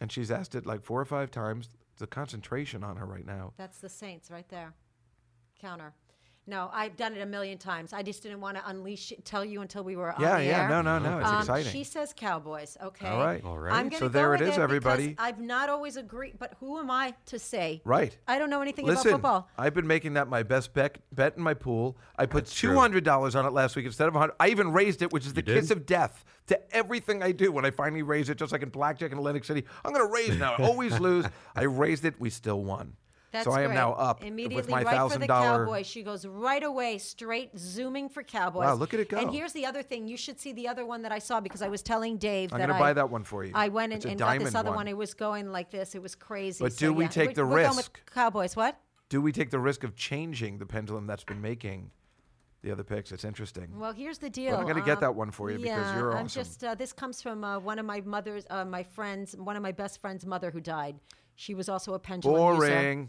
B: And she's asked it like four or five times. The concentration on her right now.
D: That's the Saints right there. Counter. No, I've done it a million times. I just didn't want to unleash it, tell you until we were on
B: Yeah,
D: the
B: yeah,
D: air.
B: no, no, no. It's
D: Um,
B: exciting.
D: She says Cowboys. Okay.
B: All right.
C: All
D: I'm
C: right.
D: gonna
B: So
D: go
B: there it
D: with
B: is,
D: because
B: everybody.
D: I've not always agreed, but who am I to say?
B: Right.
D: I don't know anything
B: Listen,
D: about football.
B: I've been making that my best bet, bet in my pool. I put two hundred dollars on it last week instead of hundred. I even raised it, which is the
C: did?
B: kiss of death to everything I do. When I finally raise it, just like in blackjack in Atlantic City, I'm going to raise now. I always lose. I raised it. We still won.
D: That's
B: so I am
D: great.
B: now up
D: immediately
B: with my
D: right
B: thousand
D: for the
B: dollar.
D: Cowboys. She goes right away, straight zooming for Cowboys.
B: Wow, look at it go.
D: And here's the other thing: you should see the other one that I saw because I was telling Dave
B: I'm
D: that
B: gonna
D: I
B: buy that one for you.
D: I went
B: It's a
D: and, and got this
B: diamond
D: other
B: one.
D: one. It was going like this. It was crazy.
B: But
D: So,
B: do we
D: yeah.
B: take the
D: We're- we're going with
B: risk?
D: Cowboys, what?
B: Do we take the risk of changing the pendulum that's been making the other picks? It's interesting.
D: Well, here's the deal.
B: But I'm gonna get
D: um,
B: that one for you because
D: yeah,
B: you're
D: I'm
B: awesome.
D: just uh, this comes from uh, one of my mother's, uh, my friends, one of my best friends' mother who died. She was also a pendulum user.
B: Boring.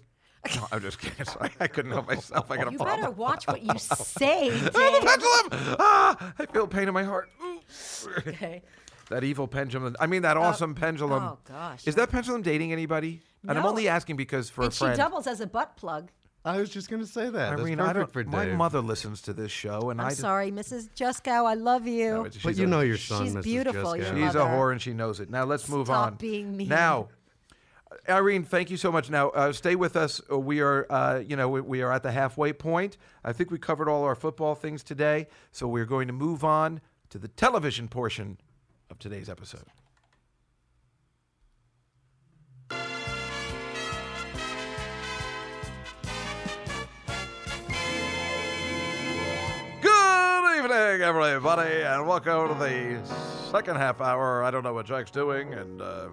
B: No, I'm just kidding. Sorry, I couldn't help myself. I got to
D: You
B: fall.
D: better watch what you say,
B: Oh, the
D: Dave.
B: pendulum! Ah, I feel pain in my heart. Ooh.
D: Okay.
B: That evil pendulum. I mean, that awesome pendulum.
D: oh, gosh.
B: Is that pendulum dating anybody? And I'm
D: No.
B: only asking because for
D: and
B: a
D: she
B: friend.
D: doubles as a butt plug.
C: I was just going to say that.
B: Irene,
C: That's
B: I
C: perfect
B: don't.
C: for Dave.
B: My mother listens to this show, and
D: I'm
B: I d-
D: sorry, Mrs. Juskow. I love you.
B: No, it's-
C: But
B: she's
C: you
B: a-
C: know your son,
D: she's
C: Mrs.
D: beautiful, your
C: Jessica.
B: She's a
D: mother.
B: whore and she knows it. Now let's move
D: Stop
B: on.
D: being mean.
B: Now, Irene, thank you so much. Now uh, stay with us. Uh, We are, uh, you know, we, we are at the halfway point. I think we covered all our football things today, so we're going to move on to the television portion of today's episode. Good evening, everybody, and welcome to the second half hour. I don't know what Jack's doing, and uh,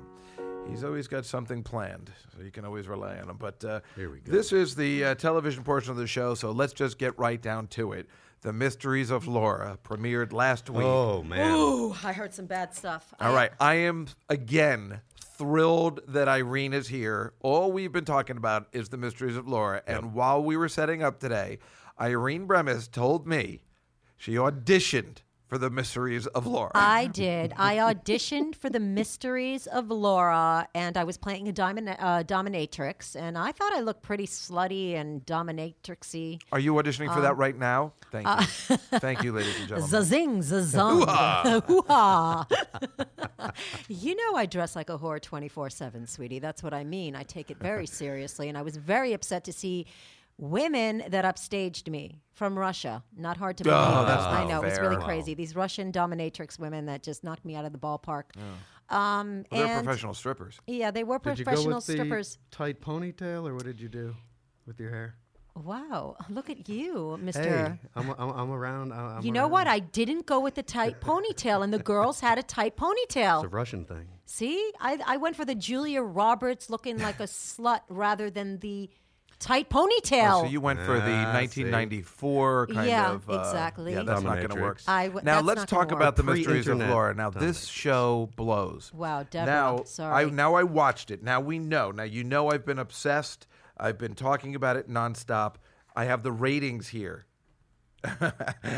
B: he's always got something planned, so you can always rely on him. But uh,
C: Here we go.
B: this is the uh, television portion of the show, so let's just get right down to it. The Mysteries of Laura premiered last week.
C: Oh man.
D: Ooh, I heard some bad stuff.
B: All right. I am again thrilled that Irene is here. All we've been talking about is the mysteries of Laura. And while we were setting up today, Irene Bremis told me she auditioned for the mysteries of Laura.
D: I did. I auditioned for the Mysteries of Laura, and I was playing a domin- uh, dominatrix, and I thought I looked pretty slutty and dominatrixy.
B: Are you auditioning for that right now? Thank you. Thank you, ladies and gentlemen.
D: Zazing, zazong, hoo-ha. you know I dress like a whore 24-7, sweetie. That's what I mean. I take it very seriously, and I was very upset to see women that upstaged me from Russia. Not hard
C: Oh,
D: to believe.
B: that's
D: I
B: not
D: know, it's really
B: fair.
D: crazy. These Russian dominatrix women that just knocked me out of the ballpark. Um,
B: They're
D: and
B: professional strippers.
D: Yeah, they were
C: Did you go
D: professional
C: with the
D: strippers.
C: tight ponytail, or what did you do with your hair?
D: Wow, look at you, Mr.
C: Hey, I'm, I'm, I'm around. I'm, I'm
D: you know
C: around.
D: what? I didn't go with the tight ponytail, and the girls had a tight ponytail.
C: It's a Russian thing.
D: See, I, I went for the Julia Roberts looking like a slut rather than the tight ponytail.
B: Oh, So you went for the
C: Ah, I see.
B: 1994 kind
D: Yeah,
B: of. uh,
D: exactly.
B: Yeah, that's not going to work.
C: Dominatrix.
D: I w-
B: now
D: that's
B: let's
D: not gonna
B: talk
D: work.
B: about the mysteries of
C: Pre-internet
B: Laura. Now this show blows.
D: Wow, Deborah,
B: Now
D: sorry.
B: I now I watched it. Now we know. Now you know I've been obsessed. I've been talking about it nonstop. I have the ratings here.
C: Oh,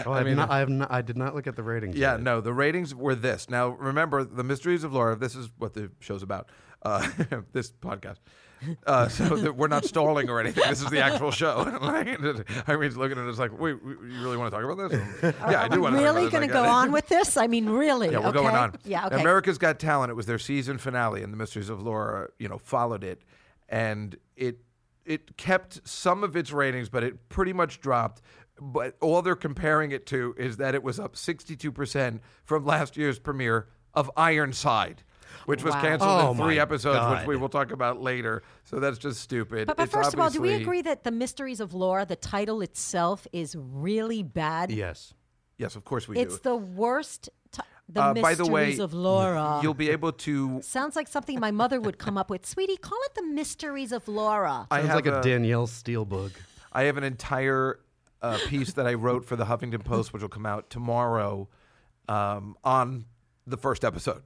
C: I, have not, I have not. I did not look at the ratings.
B: Yeah,
C: yet.
B: no, the ratings were this. Now, remember, The Mysteries of Laura, this is what the show's about, uh, this podcast. Uh, so that we're not stalling or anything. This is the actual show. Irene's looking at us like, wait, we- you really want to talk about this? yeah, I
D: Are
B: do
D: we
B: want to
D: really
B: going to
D: go on with this? I mean, really?
B: Yeah, we're
D: okay?
B: going on.
D: Yeah, okay.
B: America's Got Talent. It was their season finale, and The Mysteries of Laura, you know, followed it, and it it kept some of its ratings, but it pretty much dropped. But all they're comparing it to is that it was up 62 percent from last year's premiere of Ironside. Which was
D: Wow.
B: canceled
C: Oh,
B: in
C: my
B: three episodes, which
C: God.
B: we will talk about later. So that's just stupid.
D: but, but
B: It's
D: first of all, do we
B: obviously-
D: agree that the Mysteries of Laura, the title itself, is really bad?
C: Yes.
B: Yes, of course we
D: It's
B: do.
D: the worst. T- the
B: Uh, by
D: Mysteries
B: the way,
D: of Laura.
B: You'll be able to.
D: Sounds like something my mother would come up with. Sweetie, call it the Mysteries of Laura.
B: I
C: Sounds
B: have
C: like a, Danielle Steelbook.
B: I have an entire uh, piece that I wrote for the Huffington Post, which will come out tomorrow um, on the first episode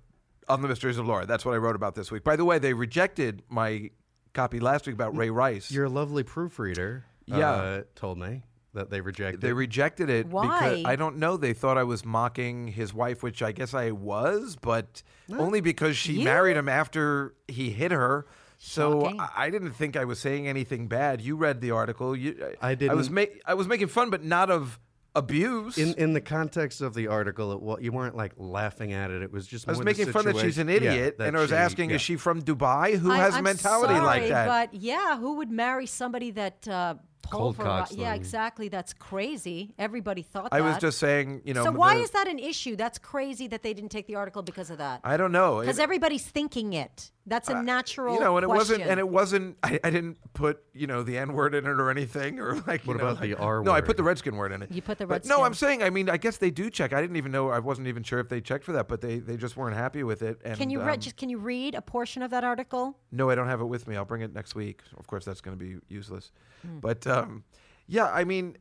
B: on the Mysteries of Laura. That's what I wrote about this week. By the way, they rejected my copy last week about Ray Rice.
C: Your lovely proofreader.
B: Yeah.
C: Uh, told me that they rejected.
B: they rejected it
D: Why?
B: because I don't know. They thought I was mocking his wife, which I guess I was, but only because she
D: You-
B: married him after he hit her. So
D: Shocking.
B: I, I didn't think I was saying anything bad. You read the article. You,
C: I
B: I was
C: didn't.
B: ma- I was making fun, but not of abuse.
C: in in the context of the article, it, wa- you weren't like laughing at it. It was just.
B: I was making fun that she's an idiot, and I was asking, is she from Dubai? Who
D: I-
B: has a
D: I'm
B: mentality like
D: sorry,
B: that?
D: But yeah, who would marry somebody that uh,
C: Cold
D: pulveri-
C: cocks
D: Yeah,
C: them.
D: exactly. That's crazy. Everybody thought
B: I
D: that.
B: was just saying, you know.
D: so why
B: the-
D: is that an issue? That's crazy that they didn't take the article because of that.
B: I don't know.
D: Because
B: It-
D: everybody's thinking it. That's a natural.
B: you know, and it wasn't,
D: question.
B: and it wasn't. I, I didn't put, you know, the N word in it or anything, or like. you
C: What
B: know,
C: about the
B: like-
C: R
B: No, I
C: word?
B: put the Redskin word in it.
D: You put the
B: But no, I'm
D: Redskin.
B: saying. I mean, I guess they do check. I didn't even know. I wasn't even sure if they checked for that, but they they just weren't happy with it. And
D: Can you
B: um,
D: read? Just can you read a portion of that article?
B: No, I don't have it with me. I'll bring it next week. Of course, that's going to be useless.
C: Hmm.
B: But um, yeah, I mean,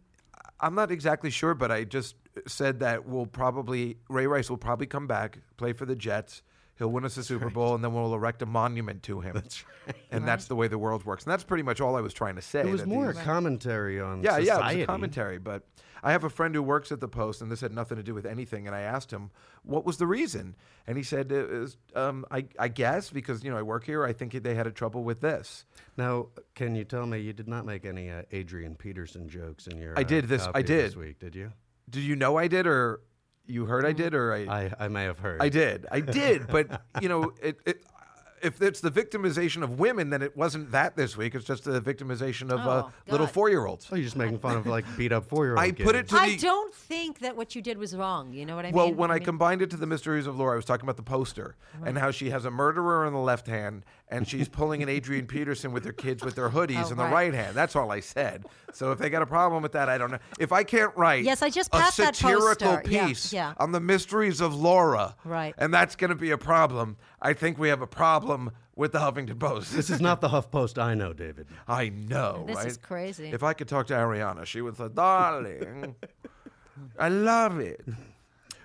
B: I'm not exactly sure, but I just said that we'll probably Ray Rice will probably come back, play for the Jets. He'll win us the Super Bowl, and then we'll erect a monument to him. That's right. And that's the way the world works. And that's pretty much all I was trying to say.
C: It was
B: that
C: more
B: these-
C: a commentary on
B: yeah,
C: society.
B: yeah, it was a commentary. But I have a friend who works at the Post, and this had nothing to do with anything. And I asked him what was the reason, and he said, "It was, um, I, "I guess because you know I work here. I think they had a trouble with this."
C: Now, can you tell me you did not make any uh, Adrian Peterson jokes in your?
B: I
C: uh,
B: did this- I
C: copy this
B: did.
C: week. Did you?
B: Do you know I did, or you heard I did, or
C: Mm, I, I may have heard.
B: I did. I did. But you know, it, it, if it's the victimization of women, then it wasn't that this week. It's just the victimization of uh,
D: Oh,
B: little
D: God.
B: four-year-olds.
C: Oh, you're just making fun of like beat up four year old.
B: I put it to
D: I
B: the.
D: don't think that what you did was wrong. You know what I
B: well,
D: mean?
B: when I,
D: mean,
B: combined it to the mysteries of Laura, I was talking about the poster and how she has a murderer in the left hand and she's pulling an Adrian Peterson with her kids with their hoodies
D: Oh,
B: in the
D: right.
B: right hand. That's all I said. So if they got a problem with that, I don't know. If I can't write
D: Yes, I just
B: a
D: passed that
B: satirical
D: poster. Yeah,
B: piece
D: yeah.
B: on the mysteries of Laura,
D: Right.
B: and that's going to be a problem, I think we have a problem with the Huffington Post.
C: This is not the Huff Post I know, David.
B: I know,
D: This
B: right?
D: is crazy.
B: If I could talk to Ariana, she would say, "Darling, I love it."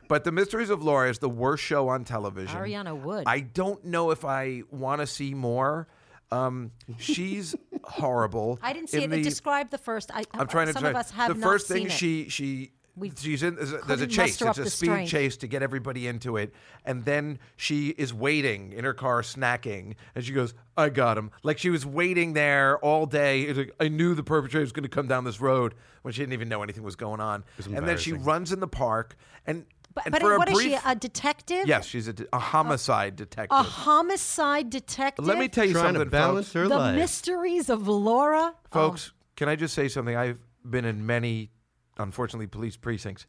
B: But The Mysteries of Laura is the worst show on television.
D: Ariana Wood.
B: I don't know if I want to see more. Um, she's horrible.
D: I didn't see
B: In
D: it. Describe the first. I,
B: I'm trying to.
D: Some
B: try-
D: of us have
B: the
D: not
B: first thing
D: seen it.
B: she she
D: We
B: she's in. There's a, there's a
D: couldn't
B: chase.
D: muster
B: It's
D: up
B: a
D: the
B: speed
D: strength.
B: chase to get everybody into it, and then she is waiting in her car, snacking, and she goes, "I got him!" Like she was waiting there all day. It's like, I knew the perpetrator was going to come down this road when she didn't even know anything was going on. and then she
C: embarrassing.
B: runs in the park, and
D: But,
B: and
D: but
B: for a
D: what is
B: brief,
D: she? A detective?
B: yes, she's a, de- a homicide detective.
D: A homicide detective.
B: Let me tell you
C: Trying
B: something,
C: to balance
B: folks.
C: her
D: the
C: life.
D: mysteries of Laura. Oh,
B: Folks, can I just say something? I've been in many, unfortunately, police precincts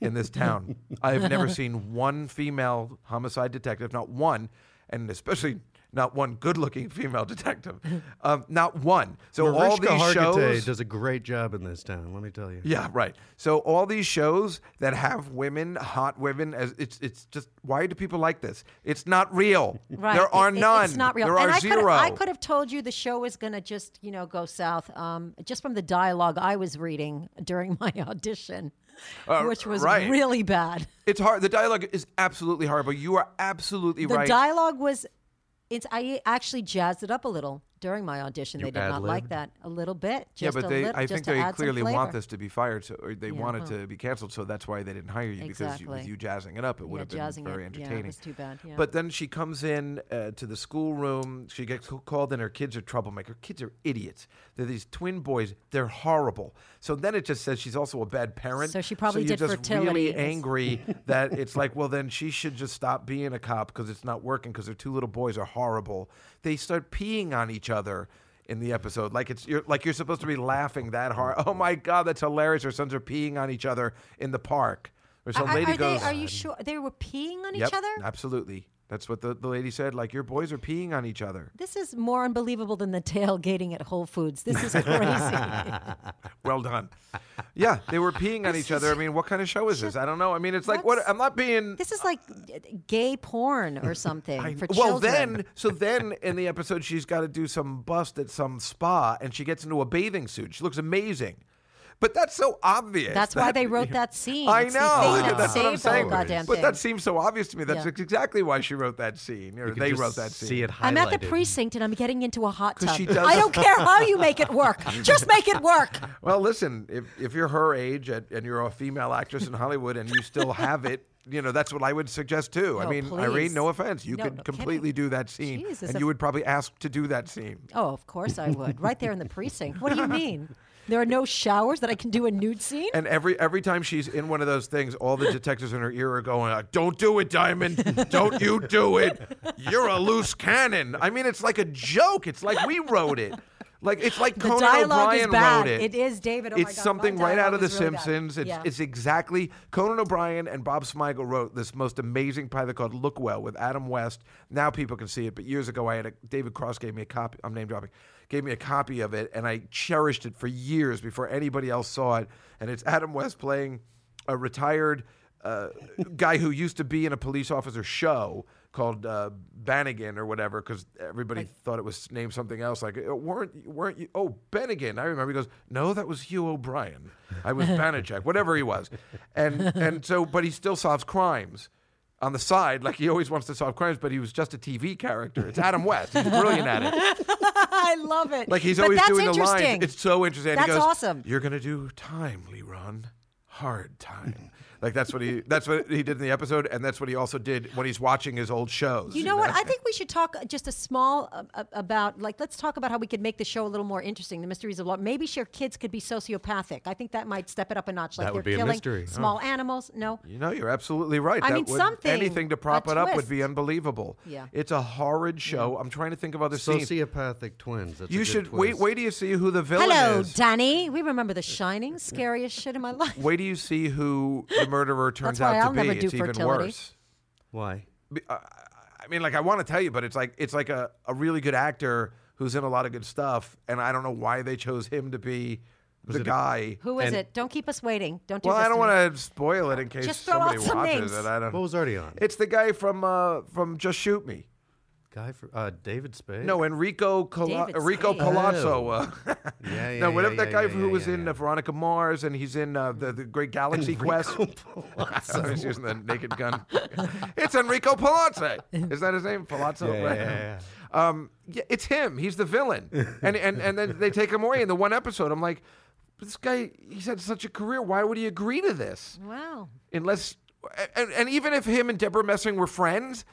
B: in this town. I've never seen one female homicide detective, not one, and especially not one good-looking female detective, um, not one. So all
C: Mariska
B: these
C: Hargitay
B: shows,
C: does a great job in this town. Let me tell you.
B: yeah, right. So all these shows that have women, hot women, as it's it's just why do people like this? It's not real.
D: Oh, Right.
B: There are
D: It- it-
B: none.
D: It's not real.
B: There
D: and
B: are
D: I
B: zero.
D: Could, I could have told you the show was going to just, you know, go south um, just from the dialogue I was reading during my audition,
B: Uh,
D: which was
B: right.
D: really bad.
B: It's hard. The dialogue is absolutely horrible. You are absolutely
D: The
B: right.
D: dialogue was, it's. I actually jazzed it up a little during my audition. they did not like
C: ad-libbed?
D: that a little bit. Just
B: yeah, but
D: a
B: they,
D: little,
B: I
D: just
B: think
D: to
B: they
D: add some
B: clearly
D: flavor.
B: want this to be fired, so or they
D: Yeah,
B: want it
D: well.
B: to be canceled, so that's why they didn't hire you because you, with
D: Exactly.
B: you jazzing it up, it would
D: Yeah,
B: have been
D: jazzing it-
B: very
D: yeah, it
B: entertaining.
D: was too bad, yeah.
B: But then she comes in uh, to the schoolroom. She gets c- called in. Her kids are troublemaker. Kids are idiots. They're these twin boys. They're horrible. So then it just says she's also a bad parent.
D: So she probably
B: you're
D: did
B: just
D: fertility.
B: really angry that it's like, well, then she should just stop being a cop because it's not working because her two little boys are horrible. They start peeing on each other in the episode, like it's you're, like you're supposed to be laughing that hard. Oh my god, that's hilarious! Her sons are peeing on each other in the park. Or some
D: Are- are,
B: lady
D: they-
B: goes, "Um,
D: are you sure they were peeing on
B: Yep,
D: each other?
B: Absolutely. That's what the, the lady said. Like, your boys are peeing on each other.
D: This is more unbelievable than the tailgating at Whole Foods. This is crazy.
B: Well done. yeah, they were peeing on each other. I mean, what kind of show is this? I don't know. I mean, it's like, what?
D: What's-
B: I'm not being.
D: This is like uh, gay porn or something for
B: well,
D: children.
B: then, so then in the episode, she's got to do some bust at some spa and she gets into a bathing suit. She looks amazing. But that's so obvious.
D: that's why
B: that-
D: they wrote that scene.
B: I know.
D: It's the thing that
B: That's what I'm
D: saved the whole
B: saying.
D: goddamn
B: But
D: thing.
B: that seems so obvious to me. That's
D: Yeah.
B: exactly why she wrote that scene, or
C: You could
B: they
C: just
B: wrote that scene.
C: See it
D: I'm at the
C: highlighted.
D: precinct and I'm getting into a hot
B: 'Cause
D: tub.
B: she does-
D: I don't care how you make it work. Just make it work.
B: Well, listen, if, if you're her age and, and you're a female actress in Hollywood and you still have it, you know, that's what I would suggest too. I
D: No,
B: mean, Irene,
D: please.
B: no offense. You
D: No,
B: could
D: no kidding.
B: completely do that scene.
D: Jesus,
B: and
D: if-
B: you would probably ask to do that scene.
D: Oh, of course I would. Right there in the precinct. What do you mean? There are no showers that I can do a nude scene?
B: And every every time she's in one of those things, all the detectives in her ear are going, like, "Don't do it, Diamond! Don't you do it! You're a loose cannon!" I mean, it's like a joke. It's like we wrote it. Like it's like
D: The
B: Conan
D: dialogue
B: O'Brien
D: is bad.
B: wrote it.
D: It is, David. Oh my
B: it's
D: God, my
B: something right out of
D: dialogue
B: The
D: is really bad.
B: Simpsons. It's
D: Yeah.
B: it's exactly Conan O'Brien and Bob Smigel wrote this most amazing pilot called Look Well with Adam West. Now people can see it, but years ago I had a David Cross gave me a copy. I'm name dropping. Gave me a copy of it, and I cherished it for years before anybody else saw it. And it's Adam West playing a retired uh, guy who used to be in a police officer show called uh, Bannigan or whatever, because everybody thought it was named something else. Like, "Uh, weren't weren't you? Oh, Bannigan. I remember. He goes, no, that was Hugh O'Brien. I was Banachek, whatever he was, and and so, but he still solves crimes. on the side, like he always wants to solve crimes, but he was just a TV character. It's Adam West. He's brilliant at it.
D: I love it.
B: Like he's
D: But
B: always
D: that's
B: doing the lines.
D: interesting.
B: It's so interesting. And he
D: That's
B: goes,
D: awesome.
B: You're gonna do time, Leron. Hard time. like that's what he that's what he did in the episode, and that's what he also did when he's watching his old shows.
D: You know what? I think we should talk just a small uh, uh, about like let's talk about how we could make the show a little more interesting. The mysteries of law. Maybe your kids could be sociopathic. I think that might step it up a notch. Like
C: That
D: they're
C: would be a
D: killing
C: mystery.
D: small animals. No,
B: You know, you're absolutely right.
D: I
B: That
D: mean,
B: would-
D: something,
B: anything to
D: a
B: prop it up would
D: twist.
B: be unbelievable.
D: Yeah.
B: It's a horrid show. I'm trying to think of other scenes.
C: Sociopathic twins. That's a
B: you
C: good
B: should wait
C: twist.
B: wait till you see who the villain
D: Hello,
B: is.
D: Danny. We remember The Shining, scariest shit in my life.
B: Wait till you see who the murderer turns
D: why
B: out to
D: I'll
B: be.
D: never do
B: it's even
D: fertility.
B: worse.
C: Why?
B: I mean, like I want to tell you, but it's like it's like a, a really good actor who's in a lot of good stuff, and I don't know why they chose him to be the guy.
D: Who is
C: And-
D: it? Don't keep us waiting. Don't do
B: well,
D: this
B: I don't
D: to me.
B: want to spoil it in case
D: Just throw
B: somebody
D: out some
B: watches
D: names.
B: it. I don't.
C: What was already on?
B: it's the guy from uh, from Just Shoot Me.
C: Guy for uh, David Spade.
B: No, Enrico Cala-
D: David
B: Enrico
D: Spade.
B: Palazzo. Uh,
C: Yeah, Oh. yeah,
B: no, whatever
C: yeah,
B: that
C: yeah,
B: guy
C: yeah,
B: who
C: yeah,
B: was
C: yeah,
B: in
C: yeah.
B: uh, Veronica Mars, and he's in uh, the the Great Galaxy Quest. I was using the Naked Gun. it's Enrico Palazzo. Is that his name? Palazzo.
C: Yeah, yeah, yeah,
B: Um, yeah, it's him. He's the villain. And and and then they take him away in the one episode. I'm like, this guy. He's had such a career. Why would he agree to this?
D: Wow.
B: Unless, and, and even if him and Deborah Messing were friends,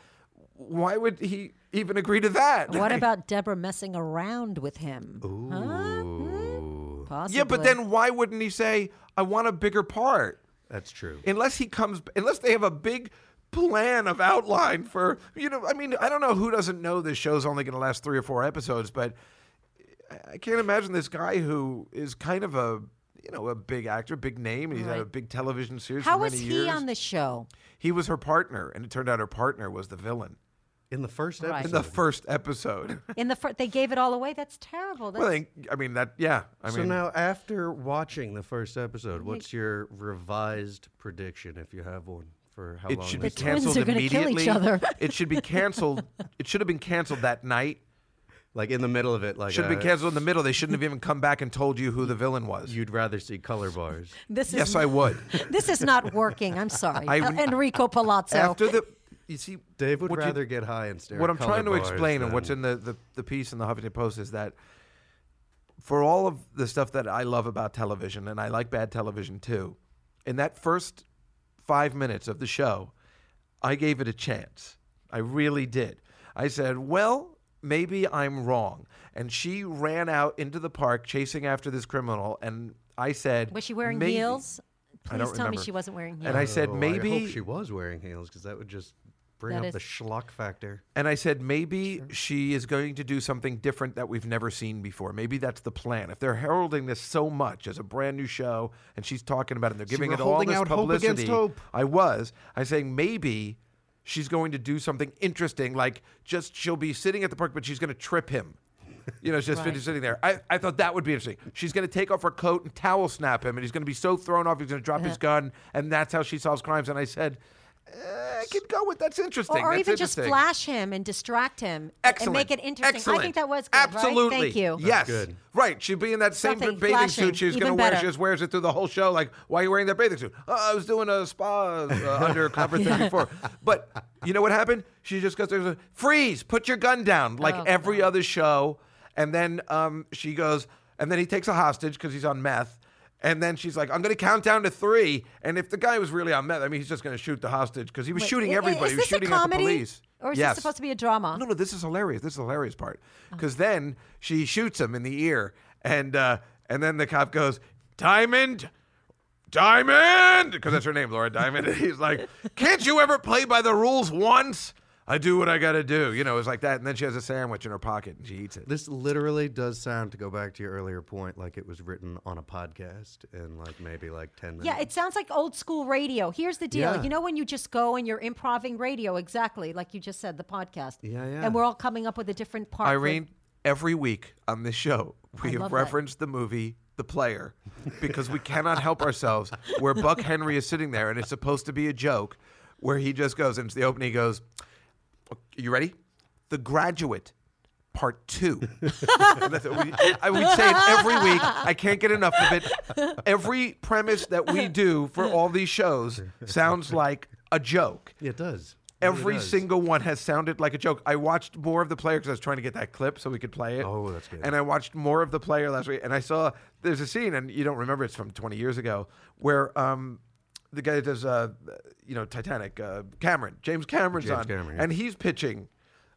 B: why would he even agree to that?
D: What about Deborah messing around with him? Huh? Hmm?
C: Ooh,
D: Possibly.
B: Yeah, but then why wouldn't he say, "I want a bigger part"?
C: that's true.
B: unless he comes unless they have a big plan of outline for you know i mean i don't know who doesn't know this show's only going to last three or four episodes but I- i can't imagine this guy who is kind of a you know a big actor big name and he's had a
D: Right.
B: big television series
D: how
B: for
D: was
B: many
D: he
B: years
D: on the show?
B: he was her partner and it turned out her partner was the villain
C: In the first
D: Right.
C: episode.
B: in the first episode
D: In the fir- they gave it all away. That's terrible. That's,
B: well, I, I mean that yeah i
C: so
B: mean
C: now, after watching the first episode, what's your revised prediction, if you have one, for how
B: it
C: long?
B: should be
C: this
D: twins
B: canceled
D: are gonna kill each
B: immediately
D: other.
B: it should be canceled it should have been canceled that night
C: Like in the middle of it, like
B: Should have been
C: uh,
B: canceled in the middle. They shouldn't have even come back and told you who the villain was.
C: You'd rather see color bars.
D: this
B: yes,
D: is
B: I would.
D: this is not working. I'm sorry,
B: I-
D: Uh, Enrico Palazzo.
B: After the, you see,
C: Dave would
B: what you-
C: rather get high and stare.
B: what
C: at
B: I'm
C: color
B: trying to
C: bars
B: explain and what's
C: than-
B: in the, the the piece in the Huffington Post is that for all of the stuff that I love about television, and I like bad television too, in that first five minutes of the show, I gave it a chance. I really did. I said, well, maybe I'm wrong. And she ran out into the park chasing after this criminal. And I said,
D: was she wearing
B: maybe-
D: heels? Please
B: I
D: tell
B: don't remember.
D: me she wasn't wearing heels.
B: And I said,
C: Oh,
B: maybe.
C: I hope she was wearing heels because that would just bring
D: That
C: up
D: is-
C: the schlock factor.
B: And I said, maybe she is going to do something different that we've never seen before. Maybe that's the plan. If they're heralding this so much as a brand new show, and she's talking about it, and they're giving
C: were
B: it all
C: holding
B: this
C: out hope against
B: publicity.
C: hope.
B: I was. I was saying maybe she's going to do something interesting, like just she'll be sitting at the park, but she's going to trip him. You know, it's just
D: Right.
B: sitting there. I, I thought that would be interesting. She's going to take off her coat and towel snap him, and he's going to be so thrown off, he's going to drop
C: Uh-huh.
B: his gun, and that's how she solves crimes. And I said, eh, I could go with that's interesting.
D: or, or
B: That's
D: even just
B: interesting.
D: flash him and distract him
B: Excellent.
D: and make it interesting. I
B: Excellent.
D: think that was good,
B: absolutely.
D: Right? Thank you.
B: Yes,
C: good.
B: right. She'd be in that same
D: Something
B: bathing
D: flashing,
B: suit she's
D: even
B: going to wear.
D: better.
B: She just wears it through the whole show. Like, why are you wearing that bathing suit? Oh, I was doing a spa uh, undercover thing before. But you know what happened? She just goes, there, "Freeze! Put your gun down!" Like
D: Oh,
B: every other show. And then um, she goes, and then he takes a hostage because he's on meth. And then she's like, "I'm going to count down to three. And if the guy was really on meth, I mean, he's just going to shoot the hostage because he was
D: Wait,
B: shooting
D: i- i-
B: everybody.
D: Is
B: he
D: this
B: was shooting
D: a comedy?
B: at the police.
D: Or is
B: yes.
D: this supposed to be a drama?
B: No, no, this is hilarious. This is the hilarious part because then she shoots him in the ear, and uh, and then the cop goes, "Diamond, Diamond," because that's her name, Laura Diamond. And he's like, "Can't you ever play by the rules once?" I do what I gotta do, you know. It's like that, and then she has a sandwich in her pocket and she eats it.
C: This literally does sound, to go back to your earlier point, like it was written on a podcast in like maybe like 10 minutes.
D: Yeah, it sounds like old school radio. Here's the deal.
C: Yeah.
D: You know when you just go and you're improving radio, exactly, like you just said, the podcast.
C: Yeah, yeah.
D: And we're all coming up with a different part. for-
B: Irene, every week on this show, we have
D: love that.
B: referenced the movie The Player because we cannot help ourselves. Where Buck Henry is sitting there and it's supposed to be a joke, where he just goes into the opening, he goes, You ready? The Graduate. Part two. And that's what we, I would say it every week. I can't get enough of it. Every premise that we do for all these shows sounds like a joke.
C: It does.
B: Every
C: does.
B: single one has sounded like a joke. I watched more of the player because I was trying to get that clip so we could play it.
C: Oh, that's good.
B: And I watched more of the player last week, and I saw there's a scene, and you don't remember it's from 20 years ago, where um, the guy that does uh, you know Titanic, uh, Cameron, James Cameron's
C: James
B: on,
C: Cameron, yeah.
B: and he's pitching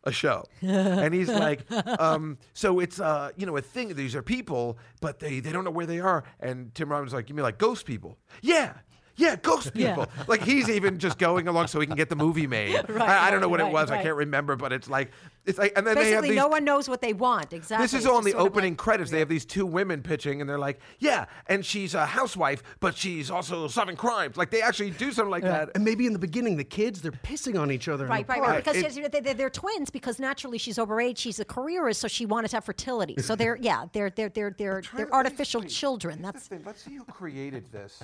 B: a show, and he's like, um, so it's uh, you know a thing. These are people, but they they don't know where they are. And Tim Robbins is like, you mean like ghost people? Yeah. Yeah, ghost
D: Yeah.
B: people. Like he's even just going along so he can get the movie made.
D: Right,
B: I, I don't know
D: right,
B: what it
D: right,
B: was. I
D: right.
B: can't remember, but it's like it's like, and then they have
D: Basically,
B: these
D: no one knows what they want. Exactly.
B: this is
D: It's
B: on
D: just
B: the
D: sort of
B: opening
D: like-
B: credits. They have these two women pitching, and they're like, "Yeah," and she's a housewife, but she's also solving crimes. Like they actually do something like that.
C: And maybe in the beginning, the kids they're pissing on each other. in
D: Right,
C: the
D: right,
C: park.
D: right. Because
B: It-
D: she- they- they're, they're twins. Because naturally, she's overage. She's a careerist, so she wanted to have fertility. So they're yeah, they're they're they're they're
B: trying to-
D: they're artificial
B: wait,
D: children. That's
B: Let's see who created this.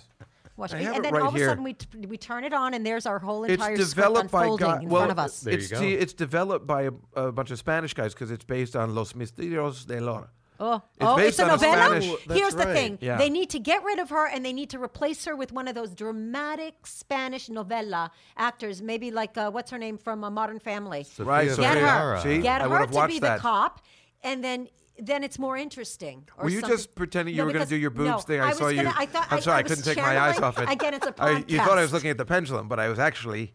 D: watch.
B: I
D: And
B: have
D: and
B: it
D: then
B: right
D: all of
B: here.
D: a sudden, we t- we turn it on, and there's our whole
B: It's
D: entire script
B: developed by
D: unfolding
B: God.
D: in
B: Well,
D: front of us.
C: There you
B: it's
C: go.
B: de- it's developed by a, a bunch of Spanish guys because it's based on Los Misterios de Laura.
D: Oh, it's,
B: It's
D: oh,
B: based
D: it's a
B: on a
D: novella.
B: Spanish-
C: That's
D: Here's the
C: right.
D: thing:
B: Yeah.
D: they need to get rid of her, and they need to replace her with one of those dramatic Spanish novella actors. Maybe like uh, what's her name from uh, Modern Family?
B: Right,
C: Sofia
B: so
D: get her,
C: Vergara.
B: See?
D: get
B: I
D: her
B: would've
D: to be
B: watched that.
D: the cop, and then then it's more interesting. or
B: Were you
D: something.
B: just pretending you were gonna
D: because-
B: do your boobs
D: no,
B: thing? I,
D: I, was
B: saw you.
D: gonna- I thought,
B: I'm sorry, I,
D: was
B: couldn't take my eyes off
D: channeling-
B: it.
D: Again, it's a
B: I-
D: podcast.
B: you thought I was looking at the pendulum, but I was actually.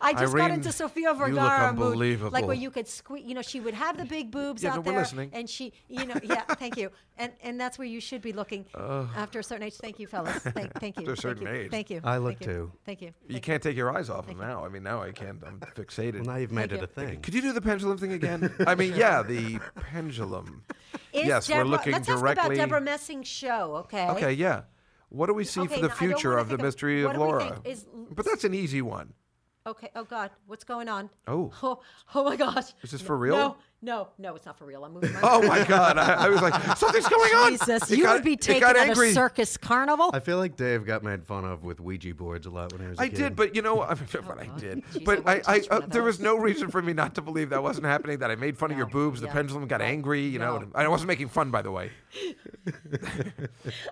D: I just
B: Irene,
D: got into
B: you
D: Sofia
B: look
D: Vergara mood, like
B: unbelievable.
D: where you could squeeze. You know, she would have the big boobs
B: Yeah,
D: out
B: no, we're
D: there,
B: listening.
D: and she, you know, yeah, thank you, and and that's where you should be looking after a certain age. Thank you, fellas. Thank, thank you.
B: After a
D: thank
B: certain
D: you,
B: age.
D: Thank you.
C: I look
D: thank you,
C: too.
D: Thank you.
B: You can't take your eyes off them now. I mean, now I can't. I'm fixated.
C: Well, now you've made
D: Thank
C: it a
D: you.
C: thing.
B: Could you do the pendulum thing again? I mean, yeah, the pendulum.
D: Is
B: yes,
D: Deborah-
B: we're looking
D: let's ask
B: directly.
D: about Deborah Messing's show. Okay.
B: okay, yeah. What do we see
D: Okay,
B: for the
D: now, I don't
B: future
D: wanna
B: of the
D: think of-
B: mystery
D: what
B: of
D: do we think
B: Laura?
D: is-
B: but that's an easy one.
D: Okay. Oh God, what's going on?
B: Oh.
D: Oh, oh my gosh.
B: Is this
D: No,
B: for real?
D: No, no, no, it's not for real. I'm moving my.
B: Oh my God! I, I was like, something's going on.
D: Jesus,
B: It
D: you
B: got-
D: would be
B: it
D: taken
B: got
D: at
B: angry.
D: a circus carnival.
C: I feel like Dave got made fun of with Ouija boards a lot when he was. a
B: I
C: kid.
B: did, but you know, I mean, but I
D: Oh, God.
B: did,
D: Jeez, I
B: but I,
D: wouldn't
B: I
D: touch
B: uh,
D: one of
B: there was
D: those.
B: no reason for me not to believe that wasn't happening. That I made fun of your
D: No,
B: boobs. The
D: yeah.
B: pendulum got angry. You know,
D: No.
B: and I wasn't making fun, by the way.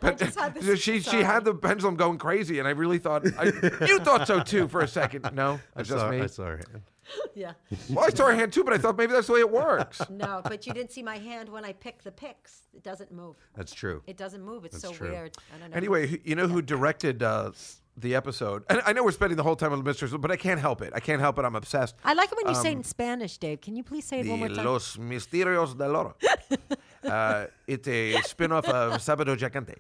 D: I just had
B: So
D: this.
B: she she
D: sorry.
B: had the pendulum going crazy, and I really thought I, you thought so too for a second. No,
C: I
B: it's
C: saw,
B: just me.
C: I saw her hand.
D: Yeah.
B: Well, I saw her hand too, but I thought maybe that's the way it works.
D: No, but you didn't see my hand when I pick the picks. It doesn't move.
C: That's true.
D: It doesn't move. It's so
C: true.
D: weird. I don't know.
B: Anyway, who- you know who directed uh, the episode? And I know we're spending the whole time on mysteries, but I can't help it. I can't help it. I'm obsessed.
D: I like it when you say it in Spanish, Dave. Can you please say it
B: The
D: one more time?
B: um, Los Misterios de Loro. uh, it's a spin-off of Sábado Gigante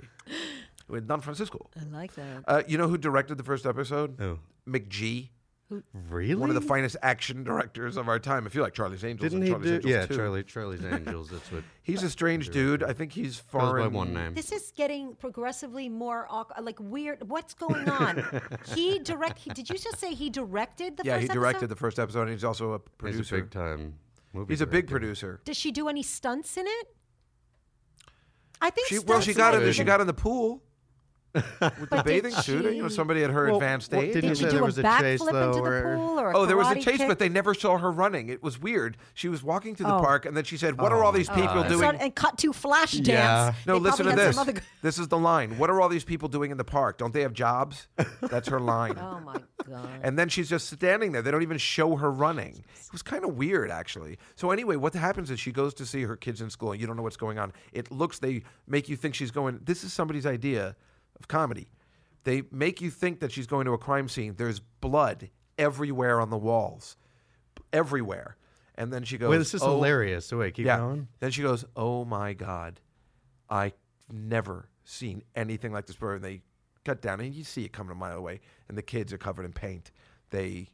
B: with Don Francisco.
D: I like that.
B: Uh, you know who directed the first episode?
C: Who?
B: McGee.
C: Oh, Really?
B: One of the finest action directors of our time. If you like Charlie's Angels
C: Didn't
B: and
C: he
B: Charlie's
C: do?
B: Angels
C: yeah,
B: 2.
C: Charlie. Charlie's Angels. That's what
B: He's a strange dude. I think he's
C: goes
B: foreign.
C: by one name.
D: This is getting progressively more awk- like weird. What's going on? he direct. He, did you just say he directed the
B: Yeah,
D: first
B: he directed
D: episode?
B: the first episode, and he's also a
C: He's
B: producer.
C: a big time movie.
B: He's a big
C: director.
B: producer.
D: Does she do any stunts in it? I think
B: She, well, she
D: stunts
B: got
D: might
B: in.
D: be
B: She
D: the-
B: got in the pool with the
D: But did
B: bathing suit. You know,
D: she-
B: somebody at her
C: Well,
B: advanced
C: what
B: age.
C: did
D: Did
C: You
D: she
C: said
D: do
C: there
D: a
C: was a
D: backflip
C: chase,
D: into
C: though,
D: the
C: or-
D: pool or a
B: Oh, there was a
D: karate
B: chase,
D: kick?
B: but they never saw her running. It was weird. She was walking through the
D: Oh.
B: park, and then she said, "What are all
C: Oh,
B: these people
D: and
B: doing?"
D: start- and cut to flash dance.
C: Yeah.
B: no,
D: They
B: listen to
D: probably had
B: this.
D: some other-
B: This is the line. What are all these people doing in the park? Don't they have jobs? That's her line.
D: Oh my
C: Uh-huh.
D: god.
B: And then she's just standing there. They don't even show her running. It was kind of weird, actually. So anyway, what happens is she goes to see her kids in school, and you don't know what's going on. It looks they make you think she's going. This is somebody's idea of comedy. They make you think that she's going to a crime scene. There's blood everywhere on the walls, everywhere. And then she goes,
C: Wait, this is
B: "Oh,
C: hilarious. So wait, keep
B: yeah.
C: going.
B: Then she goes, "Oh my god, I've never seen anything like this before." And they cut down, and you see it coming a mile away. And the kids are covered in paint. They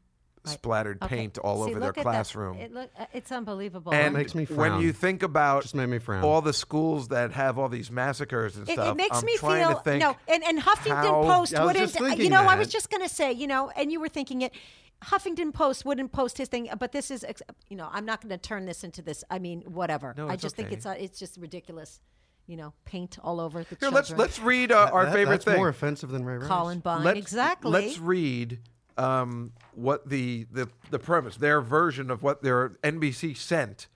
B: splattered
D: Okay.
B: paint all
D: See,
B: over their
D: look at that.
B: classroom.
D: It look, uh, it's unbelievable.
B: and
C: makes me
B: when
C: frown.
B: you think about
C: Just made me frown.
B: all the schools that have all these massacres and
D: it,
B: stuff,
D: it makes
B: I'm
D: me
B: trying
D: feel
B: to think,
D: no, and, and Huffington
B: how-
D: Post
C: I was
D: wouldn't. uh,
C: just
D: you
C: thinking
D: know, I was
C: that.
D: just gonna say, you know, and you were thinking it. Huffington Post wouldn't post his thing, but this is, ex- you know, I'm not gonna turn this into this. I mean, whatever.
B: No,
D: I
B: it's
D: just
B: okay.
D: think it's uh, it's just ridiculous. You know, paint all over the
B: Here,
D: children.
B: let's let's read uh, our
C: That-
B: favorite
C: that's
B: thing.
C: more offensive than Ray Rice.
D: Colin Bond.
B: Let's-
D: exactly.
B: Let's read um, what the, the the premise, their version of what their NBC sent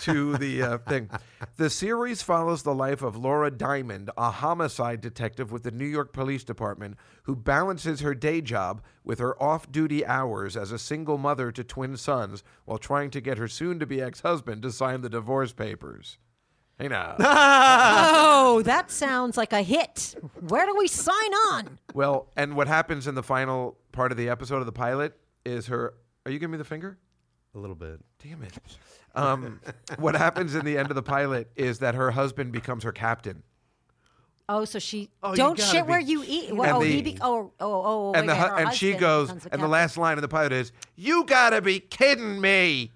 B: to the uh, thing. The series follows the life of Laura Diamond, a homicide detective with the New York Police Department, who balances her day job with her off duty hours as a single mother to twin sons while trying to get her soon to be ex husband to sign the divorce papers. Hey now.
D: Oh, that sounds like a hit. Where do we sign on?
B: well, and what happens in the final part of the episode of the pilot is her. Are you giving me the finger?
C: A little bit.
B: Damn it. Um, what happens in the end of the pilot is that her husband becomes her captain.
D: Oh, so she
C: you
D: don't
C: gotta
D: shit
C: be
D: where you eat. Well,
B: And
D: oh,
B: the-
D: he be, oh, oh, oh,
B: and the
D: wait,
B: hu-
D: her
B: and she
D: husband
B: goes
D: becomes
B: and the
D: the captain.
B: last line of the pilot is you gotta be kidding me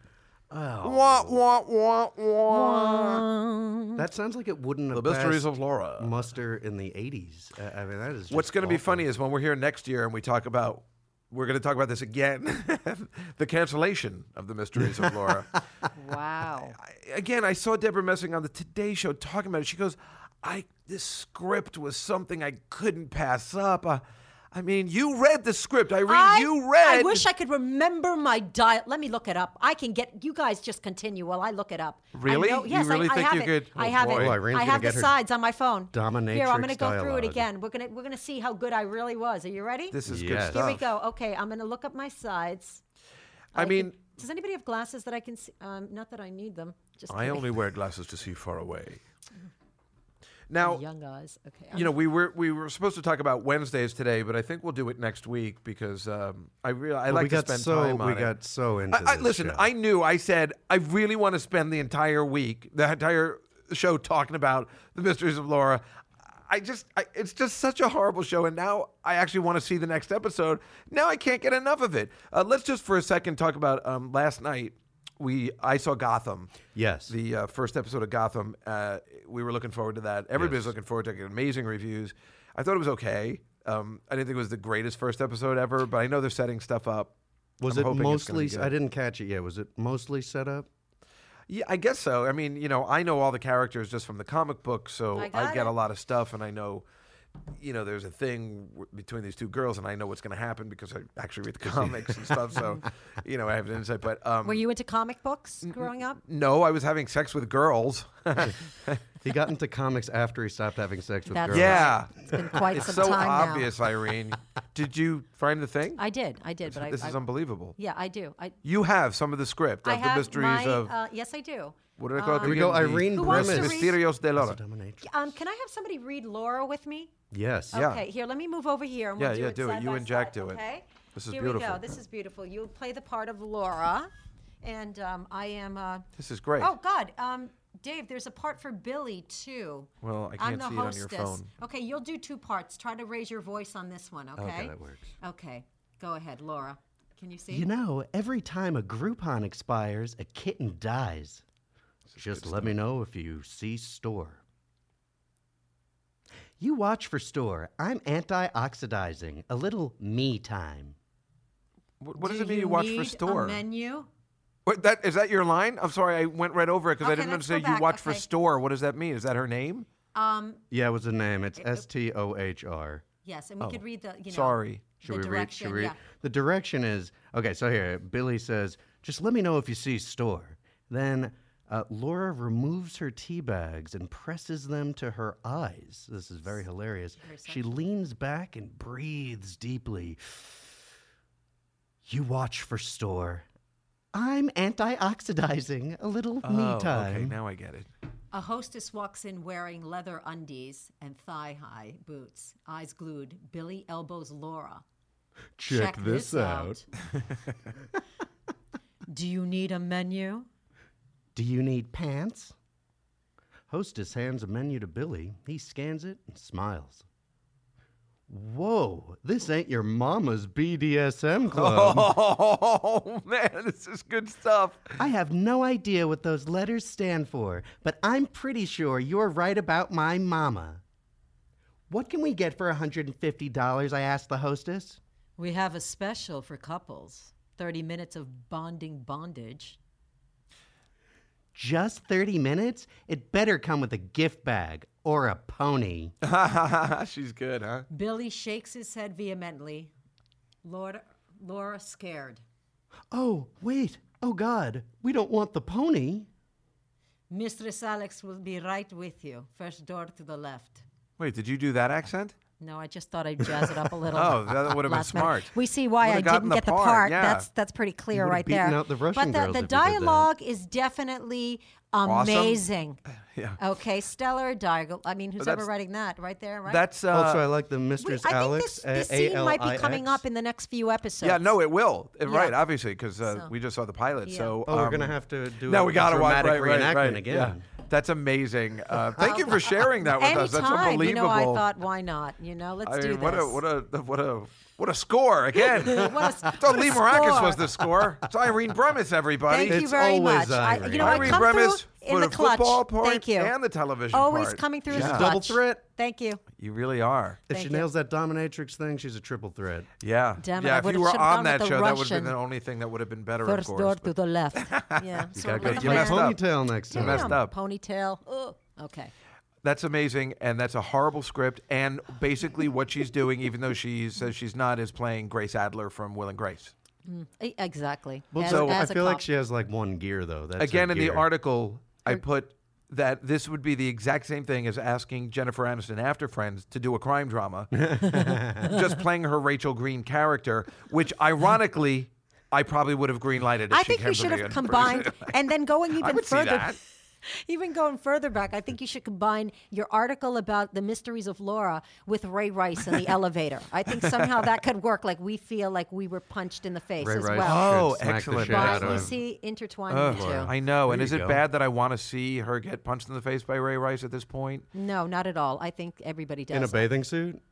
B: wah wah wah wah
D: Mm-hmm.
C: That sounds like it wouldn't
B: the
C: have
B: mysteries
C: passed
B: of laura
C: muster in the 80s. Uh, I mean, that is.
B: what's
C: just
B: going to be
C: awful.
B: funny is when we're here next year and we talk about we're going to talk about this again the cancellation of the mysteries of laura
D: Wow.
B: again, I saw Deborah Messing on the Today Show talking about it. She goes, "I this script was something I couldn't pass up. Uh, I mean, you read the script, Irene.
D: I,
B: you read.
D: I wish I could remember my diet. Let me look it up. I can get you guys just continue while I look it up. I
B: Really?
D: know-
B: You
D: yes,
B: really
D: I,
B: think
D: I have
B: you
D: it.
B: could-
D: I
B: Oh,
D: have
B: boy.
D: it.
B: Oh,
C: Irene's
D: I
C: gonna
D: have the
C: get her
D: sides on my phone. Here, I'm gonna
C: dominatrix
D: go through it
C: dialogue.
D: again. We're gonna we're gonna see how good I really was. Are you ready?
B: this is
C: Yes.
B: good
D: Here
B: stuff.
D: we go. Okay, I'm gonna look up my sides.
B: I
D: can-
B: mean,
D: does anybody have glasses that I can see? Um, not that I need them. Just
B: I
D: kidding.
B: only wear glasses to see far away. Now,
D: young eyes. Okay. um, I'm-
B: you know, we were we were supposed to talk about Wednesdays today, but I think we'll do it next week because um, I really I
C: Well,
B: like
C: we
B: to
C: got
B: spend
C: so
B: time on
C: we
B: it.
C: got so into.
B: I, I,
C: this
B: listen,
C: show.
B: I knew. I said I really want to spend the entire week, the entire show, talking about the mysteries of Laura. I just, I, it's just such a horrible show, and now I actually want to see the next episode. Now I can't get enough of it. Uh, let's just for a second talk about um, last night. We, I saw Gotham
C: yes.
B: the uh, first episode of Gotham. Uh, we were looking forward to that. Everybody's was
C: Yes.
B: looking forward to it. Amazing reviews. I thought it was okay. Um, I didn't think it was the greatest first episode ever, but I know they're setting stuff up.
C: was
B: I'm
C: it
B: hoping it's gonna be
C: mostly?
B: good.
C: I didn't catch it yet. Was it mostly set up?
B: Yeah, I guess so. I mean, you know, I know all the characters just from the comic book, so
D: I
B: I,
D: got
B: get a
D: it.
B: lot of stuff, and I know, you know, there's a thing w- between these two girls, and I know what's going to happen because I actually read the comics and stuff. So, you know, I have an insight. But um,
D: Were you into comic books growing up?
B: no, I was having sex with girls.
C: He got into comics after he stopped having sex with
D: That's
C: girls.
B: yeah,
D: It's been quite
B: it's
D: some
B: so
D: time
B: obvious, Irene. Did you find the thing?
D: now. I did. I did. But
B: this
D: I,
B: is
D: I
B: unbelievable.
D: yeah, I do. I,
B: You have some of the script
D: I
B: of the
D: have
B: mysteries
D: my,
B: of
D: Uh, yes, I do.
B: what do they call it?
C: Here we go,
B: again? The
C: Irene
D: Who wants to
C: Bremis.
D: read-
B: Mysterios de Laura.
C: Dominatrix.
D: Um, can I have somebody read Laura with me?
C: Yes.
B: Yeah.
D: Okay, here, let me move over here and
B: Yeah,
D: we'll do
B: yeah,
D: it
B: do it.
D: side
B: You
D: by
B: and Jack
D: side,
B: do it.
D: Okay?
B: This is
D: here we
B: beautiful.
D: go. This is beautiful. You'll play the part of Laura, and um, I am. Uh,
B: This is great.
D: Oh God, um, Dave, there's a part for Billy too.
B: Well, I
D: I'm
B: can't
D: the
B: see it on
D: hostess.
B: your phone.
D: Okay, you'll do two parts. Try to raise your voice on this one. Okay.
C: Okay, that works.
D: Okay, go ahead, Laura. Can you see?
C: You know, every time a Groupon expires, a kitten dies. Just let me know if you see store. You watch for store. I'm anti oxidizing. A little me time.
B: What, what does
D: Do
B: it mean you
D: you
B: watch
D: need
B: for
D: a
B: store?
D: menu.
B: Wait, that is that your line? I'm sorry, I went right over it because I
D: Okay,
B: didn't
D: let's go
B: understand. You
D: back.
B: watch for
D: Okay.
B: store. What does that mean? Is that her name?
D: Um,
C: Yeah, it was a name. It's S T O H R.
D: yes, and we could read the. You
B: Oh,
D: know,
B: Sorry.
C: Should
D: the
C: we read?
D: direction.
C: Should we read?
D: Yeah.
C: The direction is okay. So here, Billy says, "Just let me know if you see store." Then uh, Laura removes her tea bags and presses them to her eyes. This is very hilarious. She leans back and breathes deeply. You watch for store. I'm anti-oxidizing. A little me time.
B: Oh, okay, now I get it.
D: A hostess walks in wearing leather undies and thigh high boots, eyes glued. Billy elbows Laura. out. Do you need a menu?
C: Do you need pants? Hostess hands a menu to Billy. He scans it and smiles. Whoa, this ain't your mama's BDSM club.
B: Oh man, this is good stuff.
C: I have no idea what those letters stand for, but I'm pretty sure you're right about my mama. What can we get for $150? I asked the hostess.
D: We have a special for couples 30 minutes of bonding bondage.
C: Just 30 minutes? It better come with a gift bag or a pony.
B: She's good, huh?
D: Billy shakes his head vehemently. Laura, Laura scared.
C: Oh, wait. Oh, God. We don't want the pony.
D: Mistress Alex will be right with you. First door to the left.
B: Wait, did you do that accent?
D: No, I just thought I'd jazz it up a little.
B: Oh, that would have been
D: last night.
B: smart.
D: We see why I
B: Would've gotten
D: didn't get the part.
B: yeah.
D: That's that's pretty clear
C: would've
D: right
C: beaten
D: there.
C: out the Russian
D: but the,
C: girls
D: the
C: if you did that.
D: dialogue is definitely
B: Awesome.
D: amazing.
B: Yeah.
D: Okay, stellar dialogue. I mean, who's ever
B: that's-
D: writing that? Right there, right?
B: That's uh,
C: also, Oh, I like the
D: We-
C: Mistress
D: I
C: Alex.
D: think this, this scene might be coming up in the next few episodes.
B: yeah. No, it will. Uh,
D: Yeah.
B: Right, obviously, because uh,
D: So-
B: we just saw the pilot.
D: Yeah.
B: So
C: Oh, we're
B: um,
C: gonna have to do.
B: Now
C: a
B: we gotta watch right, right,
C: dramatic reenactment
B: right. Yeah.
C: again.
B: That's amazing. Uh, thank you for sharing that with us. That's
D: Anytime,
B: unbelievable.
D: you know, I thought, why not? You know, let's
B: I mean,
D: do this.
B: what a what a what a what a score again! I
D: What a s-
B: thought
D: what a
B: Lee Maracus
D: score.
B: was the score. It's Irene Bremis, everybody.
D: Thank you
C: It's
D: very
C: always
D: much. I, you know, I
B: Irene
D: come
B: Bremis
D: through in
B: for
D: the
B: the football
D: clutch.
B: part
D: Thank you.
B: and the television
D: Always
B: part.
D: coming through in
B: Yeah.
D: the
C: She's a
D: clutch.
C: double threat.
D: Thank you.
B: You really are.
C: If
D: Thank
C: she
D: you.
C: nails that dominatrix thing, she's a triple threat.
B: Yeah.
D: Damn it, I
B: yeah. If
D: would've
B: you were
D: should've
B: on
D: gone
B: that
D: with the
B: show, that would have
D: Russian.
B: been the only thing that would have been better,
D: First
B: of
D: door
B: course.
D: to the left. Yeah. sort of
B: gotta go-
D: like
B: you
D: a
B: messed
D: plan.
B: up.
C: Ponytail next
D: Damn,
C: time.
B: messed up.
D: Ponytail. Ugh. Okay.
B: That's amazing, and that's a horrible script. And basically, what she's doing, even though she says she's not, is playing Grace Adler from Will and Grace.
D: E- Exactly.
C: Well,
D: As-
C: so I
D: as a
C: feel like
D: cop.
C: she has like one gear though. That's her
B: Again, in the
C: gear.
B: article, I put that this would be the exact same thing as asking Jennifer Aniston after Friends to do a crime drama, just playing her Rachel Green character, which ironically, I probably would have greenlighted. if
D: I
B: she
D: think
B: came
D: you
B: to
D: should
B: me
D: have
B: and-
D: combined, and then going even
B: would see
D: further.
B: that.
D: Even going further back, I think you should combine your article about the mysteries of Laura with Ray Rice in the elevator. I think somehow that could work. Like we feel like we we were punched in the face
C: Ray
D: as
C: Rice
D: well.
B: Oh,
C: should smack the
B: excellent.
C: shit
D: Why
C: out
D: you
C: of-
D: see intertwine
B: Ugh,
D: the two?
B: Oh, I know. And
C: Oh, There
B: is
C: you
B: it
C: go.
B: bad that I want to see her get punched in the face by Ray Rice at this point?
D: No, not at all. I think everybody does.
C: in a bathing suit.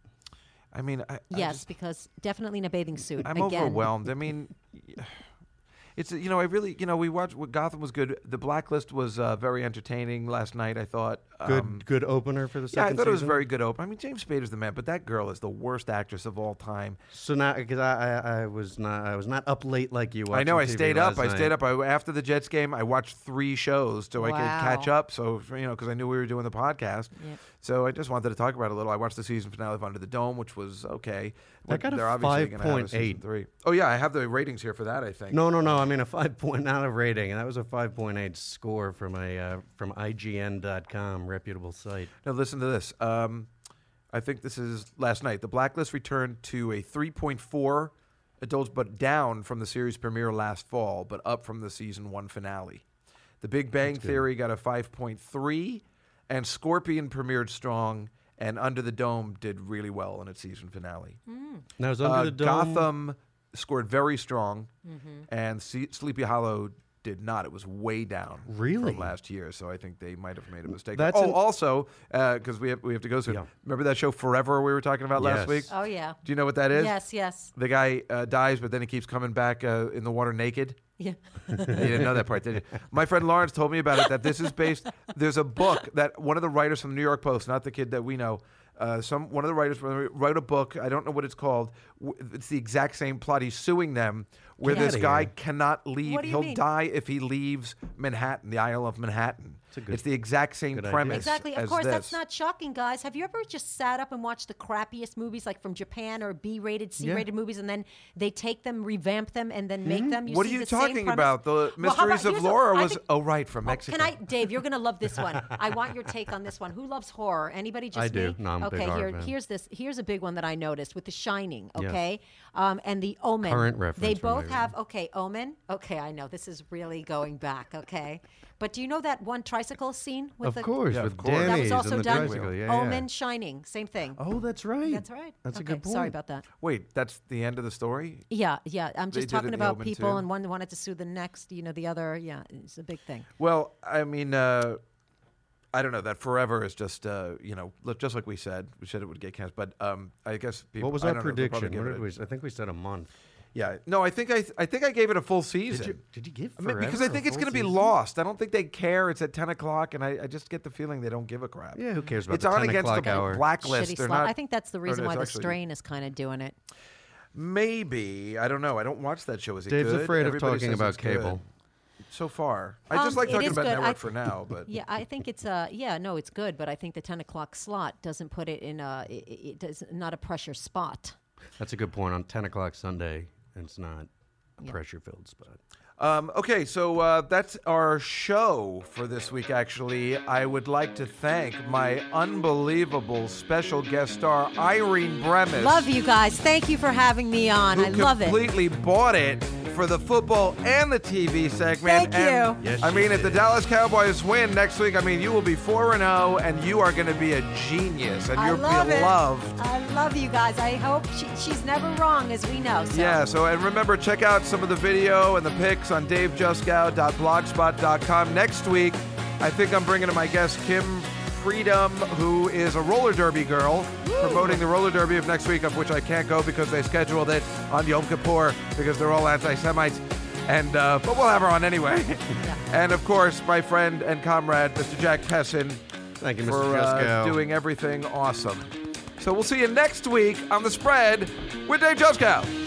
B: I mean, I, I
D: yes,
B: just-
D: because definitely in a bathing suit.
B: I'm
D: Again,
B: overwhelmed. I mean, it's you know I really you know we watched what Gotham was good. The Blacklist was uh, very entertaining last night. I thought.
C: Good,
B: Um,
C: good opener for the second.
B: yeah, I thought it was
C: season.
B: very good open. I mean, James Spader's the man, but that girl is the worst actress of all time.
C: So now, because I, I, I was not, I was not up late like you.
B: I know. I
C: watching TV
B: stayed up.
C: last
B: I stayed up.
C: night.
B: I, after the Jets game, I watched three shows so I could catch
D: Wow.
B: up. So you know, because I knew we were doing the podcast,
D: Yep.
B: so I just wanted to talk about it a little. I watched the season finale of Under the Dome, which was okay.
C: That got a
B: They're obviously gonna have a season
C: 5.8.
B: three. Oh yeah, I have the ratings here for that. I think.
C: No, no, no. I mean a five point not a rating, and that was a five point eight score from a uh, from IGN.com reputable site.
B: Now listen to this. Um, I think this is last night. The Blacklist returned to a 3.4 adults, but down from the series premiere last fall, but up from the season one finale. The Big Bang Theory got a 5.3, and Scorpion premiered strong, and Under the Dome did really well in its season finale.
C: Now is under
B: Uh,
C: the dome.
B: Gotham scored very strong,
C: Mm-hmm.
B: and Se- Sleepy Hollow did not. It was way down
C: Really?
B: from last year, so I think they might have made a mistake.
C: That's
B: oh,
C: an-
B: also because we have, we have to go soon. Remember that show Forever we were talking about last
C: Yes.
B: week?
D: Oh yeah.
B: Do you know what that is?
D: Yes, yes.
B: The guy uh, dies, but then he keeps coming back uh, in the water naked.
D: Yeah.
B: you didn't know that part, did you? My friend Lawrence told me about it. That this is based. There's a book that one of the writers from the New York Post, not the kid that we know, uh, some one of the writers wrote a book. I don't know what it's called. w- It's the exact same plot. He's suing them, where
C: Get
B: this
C: outta
B: guy
C: here.
B: cannot leave.
D: What do you
B: He'll
D: mean?
B: die if he leaves Manhattan, the Isle of Manhattan. It's, the exact same
C: idea.
B: premise.
D: Exactly. Of
B: as
D: course, that's
B: this.
D: not shocking, guys. Have you ever just sat up and watched the crappiest movies, like from Japan or B-rated, C-rated movies, and then they take them, revamp them, and then make them? You
B: Hmm? What are
D: see
B: you
D: the same
B: talking
D: premise?
B: about? The
D: Well,
B: Mysteries
D: how about-
B: of
D: here's a-
B: Laura
D: I
B: was
D: think-
B: oh right from Mexico.
D: Can I, Dave? You're gonna love this one. I want your take on this one. Who loves horror? Anybody? Just
C: I do.
D: me?
C: No, I'm a
D: okay,
C: big horror
D: here,
C: fan.
D: here's this. Here's a big one that I noticed with The Shining. Okay, um, and The Omen.
C: Current reference
D: They
C: for
D: both
C: me,
D: have. Okay, Omen. Okay, I know this is really going back. Okay, but do you know that one tricycle scene with
C: of
D: the?
C: course,
B: Yeah, of
C: with
B: course. That was
D: That was
C: Danny's
D: also
C: and the
D: done.
C: tricycle. Yeah, yeah.
D: Omen, Shining, same thing.
C: Oh, that's right.
D: That's right.
C: That's
D: okay.
C: a good point.
D: Sorry about that.
B: Wait, that's the end of the story.
D: Yeah, yeah. I'm
B: They
D: just
B: did it in
D: talking
B: The
D: about
B: Omen,
D: people,
B: too.
D: and one wanted to sue the next. You know, the other. Yeah, it's a big thing.
B: Well, I mean, uh, I don't know. That forever is just, uh, you know, look, just like we said, we said it would get canceled. But um, I guess people.
C: What was
B: I
C: our
B: don't know, they'll probably
C: prediction?
B: give
C: What
B: it
C: did
B: a-
C: we, I think we said a month.
B: Yeah. No, I think I, I think I gave it a full season.
C: Did you, did you give
B: I mean,
C: forever?
B: because I
C: a
B: think it's
C: full
B: going to be
C: season?
B: lost. I don't think they care. It's at ten o'clock, and I, I just get the feeling they don't give a crap.
C: Yeah, who cares about
B: it's
C: the
B: on
C: 10
B: against
C: o'clock
B: the
C: hour?
B: blacklist.
D: Shitty
B: They're
D: slot.
B: not-
D: I think that's the
B: or
D: reason
B: it's
D: why the
B: actually-
D: strain is kind of doing it.
B: Maybe I don't know. I don't watch that show. Is it
C: Dave's
B: good?
C: afraid of
B: Everybody
C: talking
B: says
C: about
B: it's good.
C: cable.
B: So far, I just
D: Um,
B: like
D: it
B: talking
D: is
B: about
D: good. I
B: network
D: th-
B: for now. But
D: Yeah, I think it's uh yeah no it's good, but I think the ten o'clock slot doesn't put it in a it, it does not a pressure spot.
C: That's a good point. On 10 o'clock Sunday, it's not a pressure filled spot.
B: Um, okay, so uh, that's our show for this week, actually. I would like to thank my unbelievable special guest star, Irene Bremis.
D: Love you guys. Thank you for having me on.
B: who
D: I love it.
B: completely bought it for the football and the TV segment.
D: Thank
B: And,
D: you.
C: Yes,
B: I
C: she
B: mean, if the
C: did.
B: Dallas Cowboys win next week, I mean, you will be 4 and 0, and you are going to be a genius, and
D: I
B: you'll
D: love
B: be
D: it.
B: loved.
D: I love you guys. I hope she, she's never wrong, as we know. So.
B: Yeah, so and remember, check out some of the video and the pics on davejuskow.blogspot.com. Next week, I think I'm bringing in my guest Kim Freedom, who is a roller derby girl, promoting the roller derby of next week, of which I can't go because they scheduled it on Yom Kippur because they're all anti-Semites. And uh, but we'll have her on anyway. and of course, my friend and comrade, Mr. Jack Pessin,
C: Thank you, Mr.
B: for uh,
C: Juskow.
B: doing everything awesome. So we'll see you next week on the spread with Dave Juskow.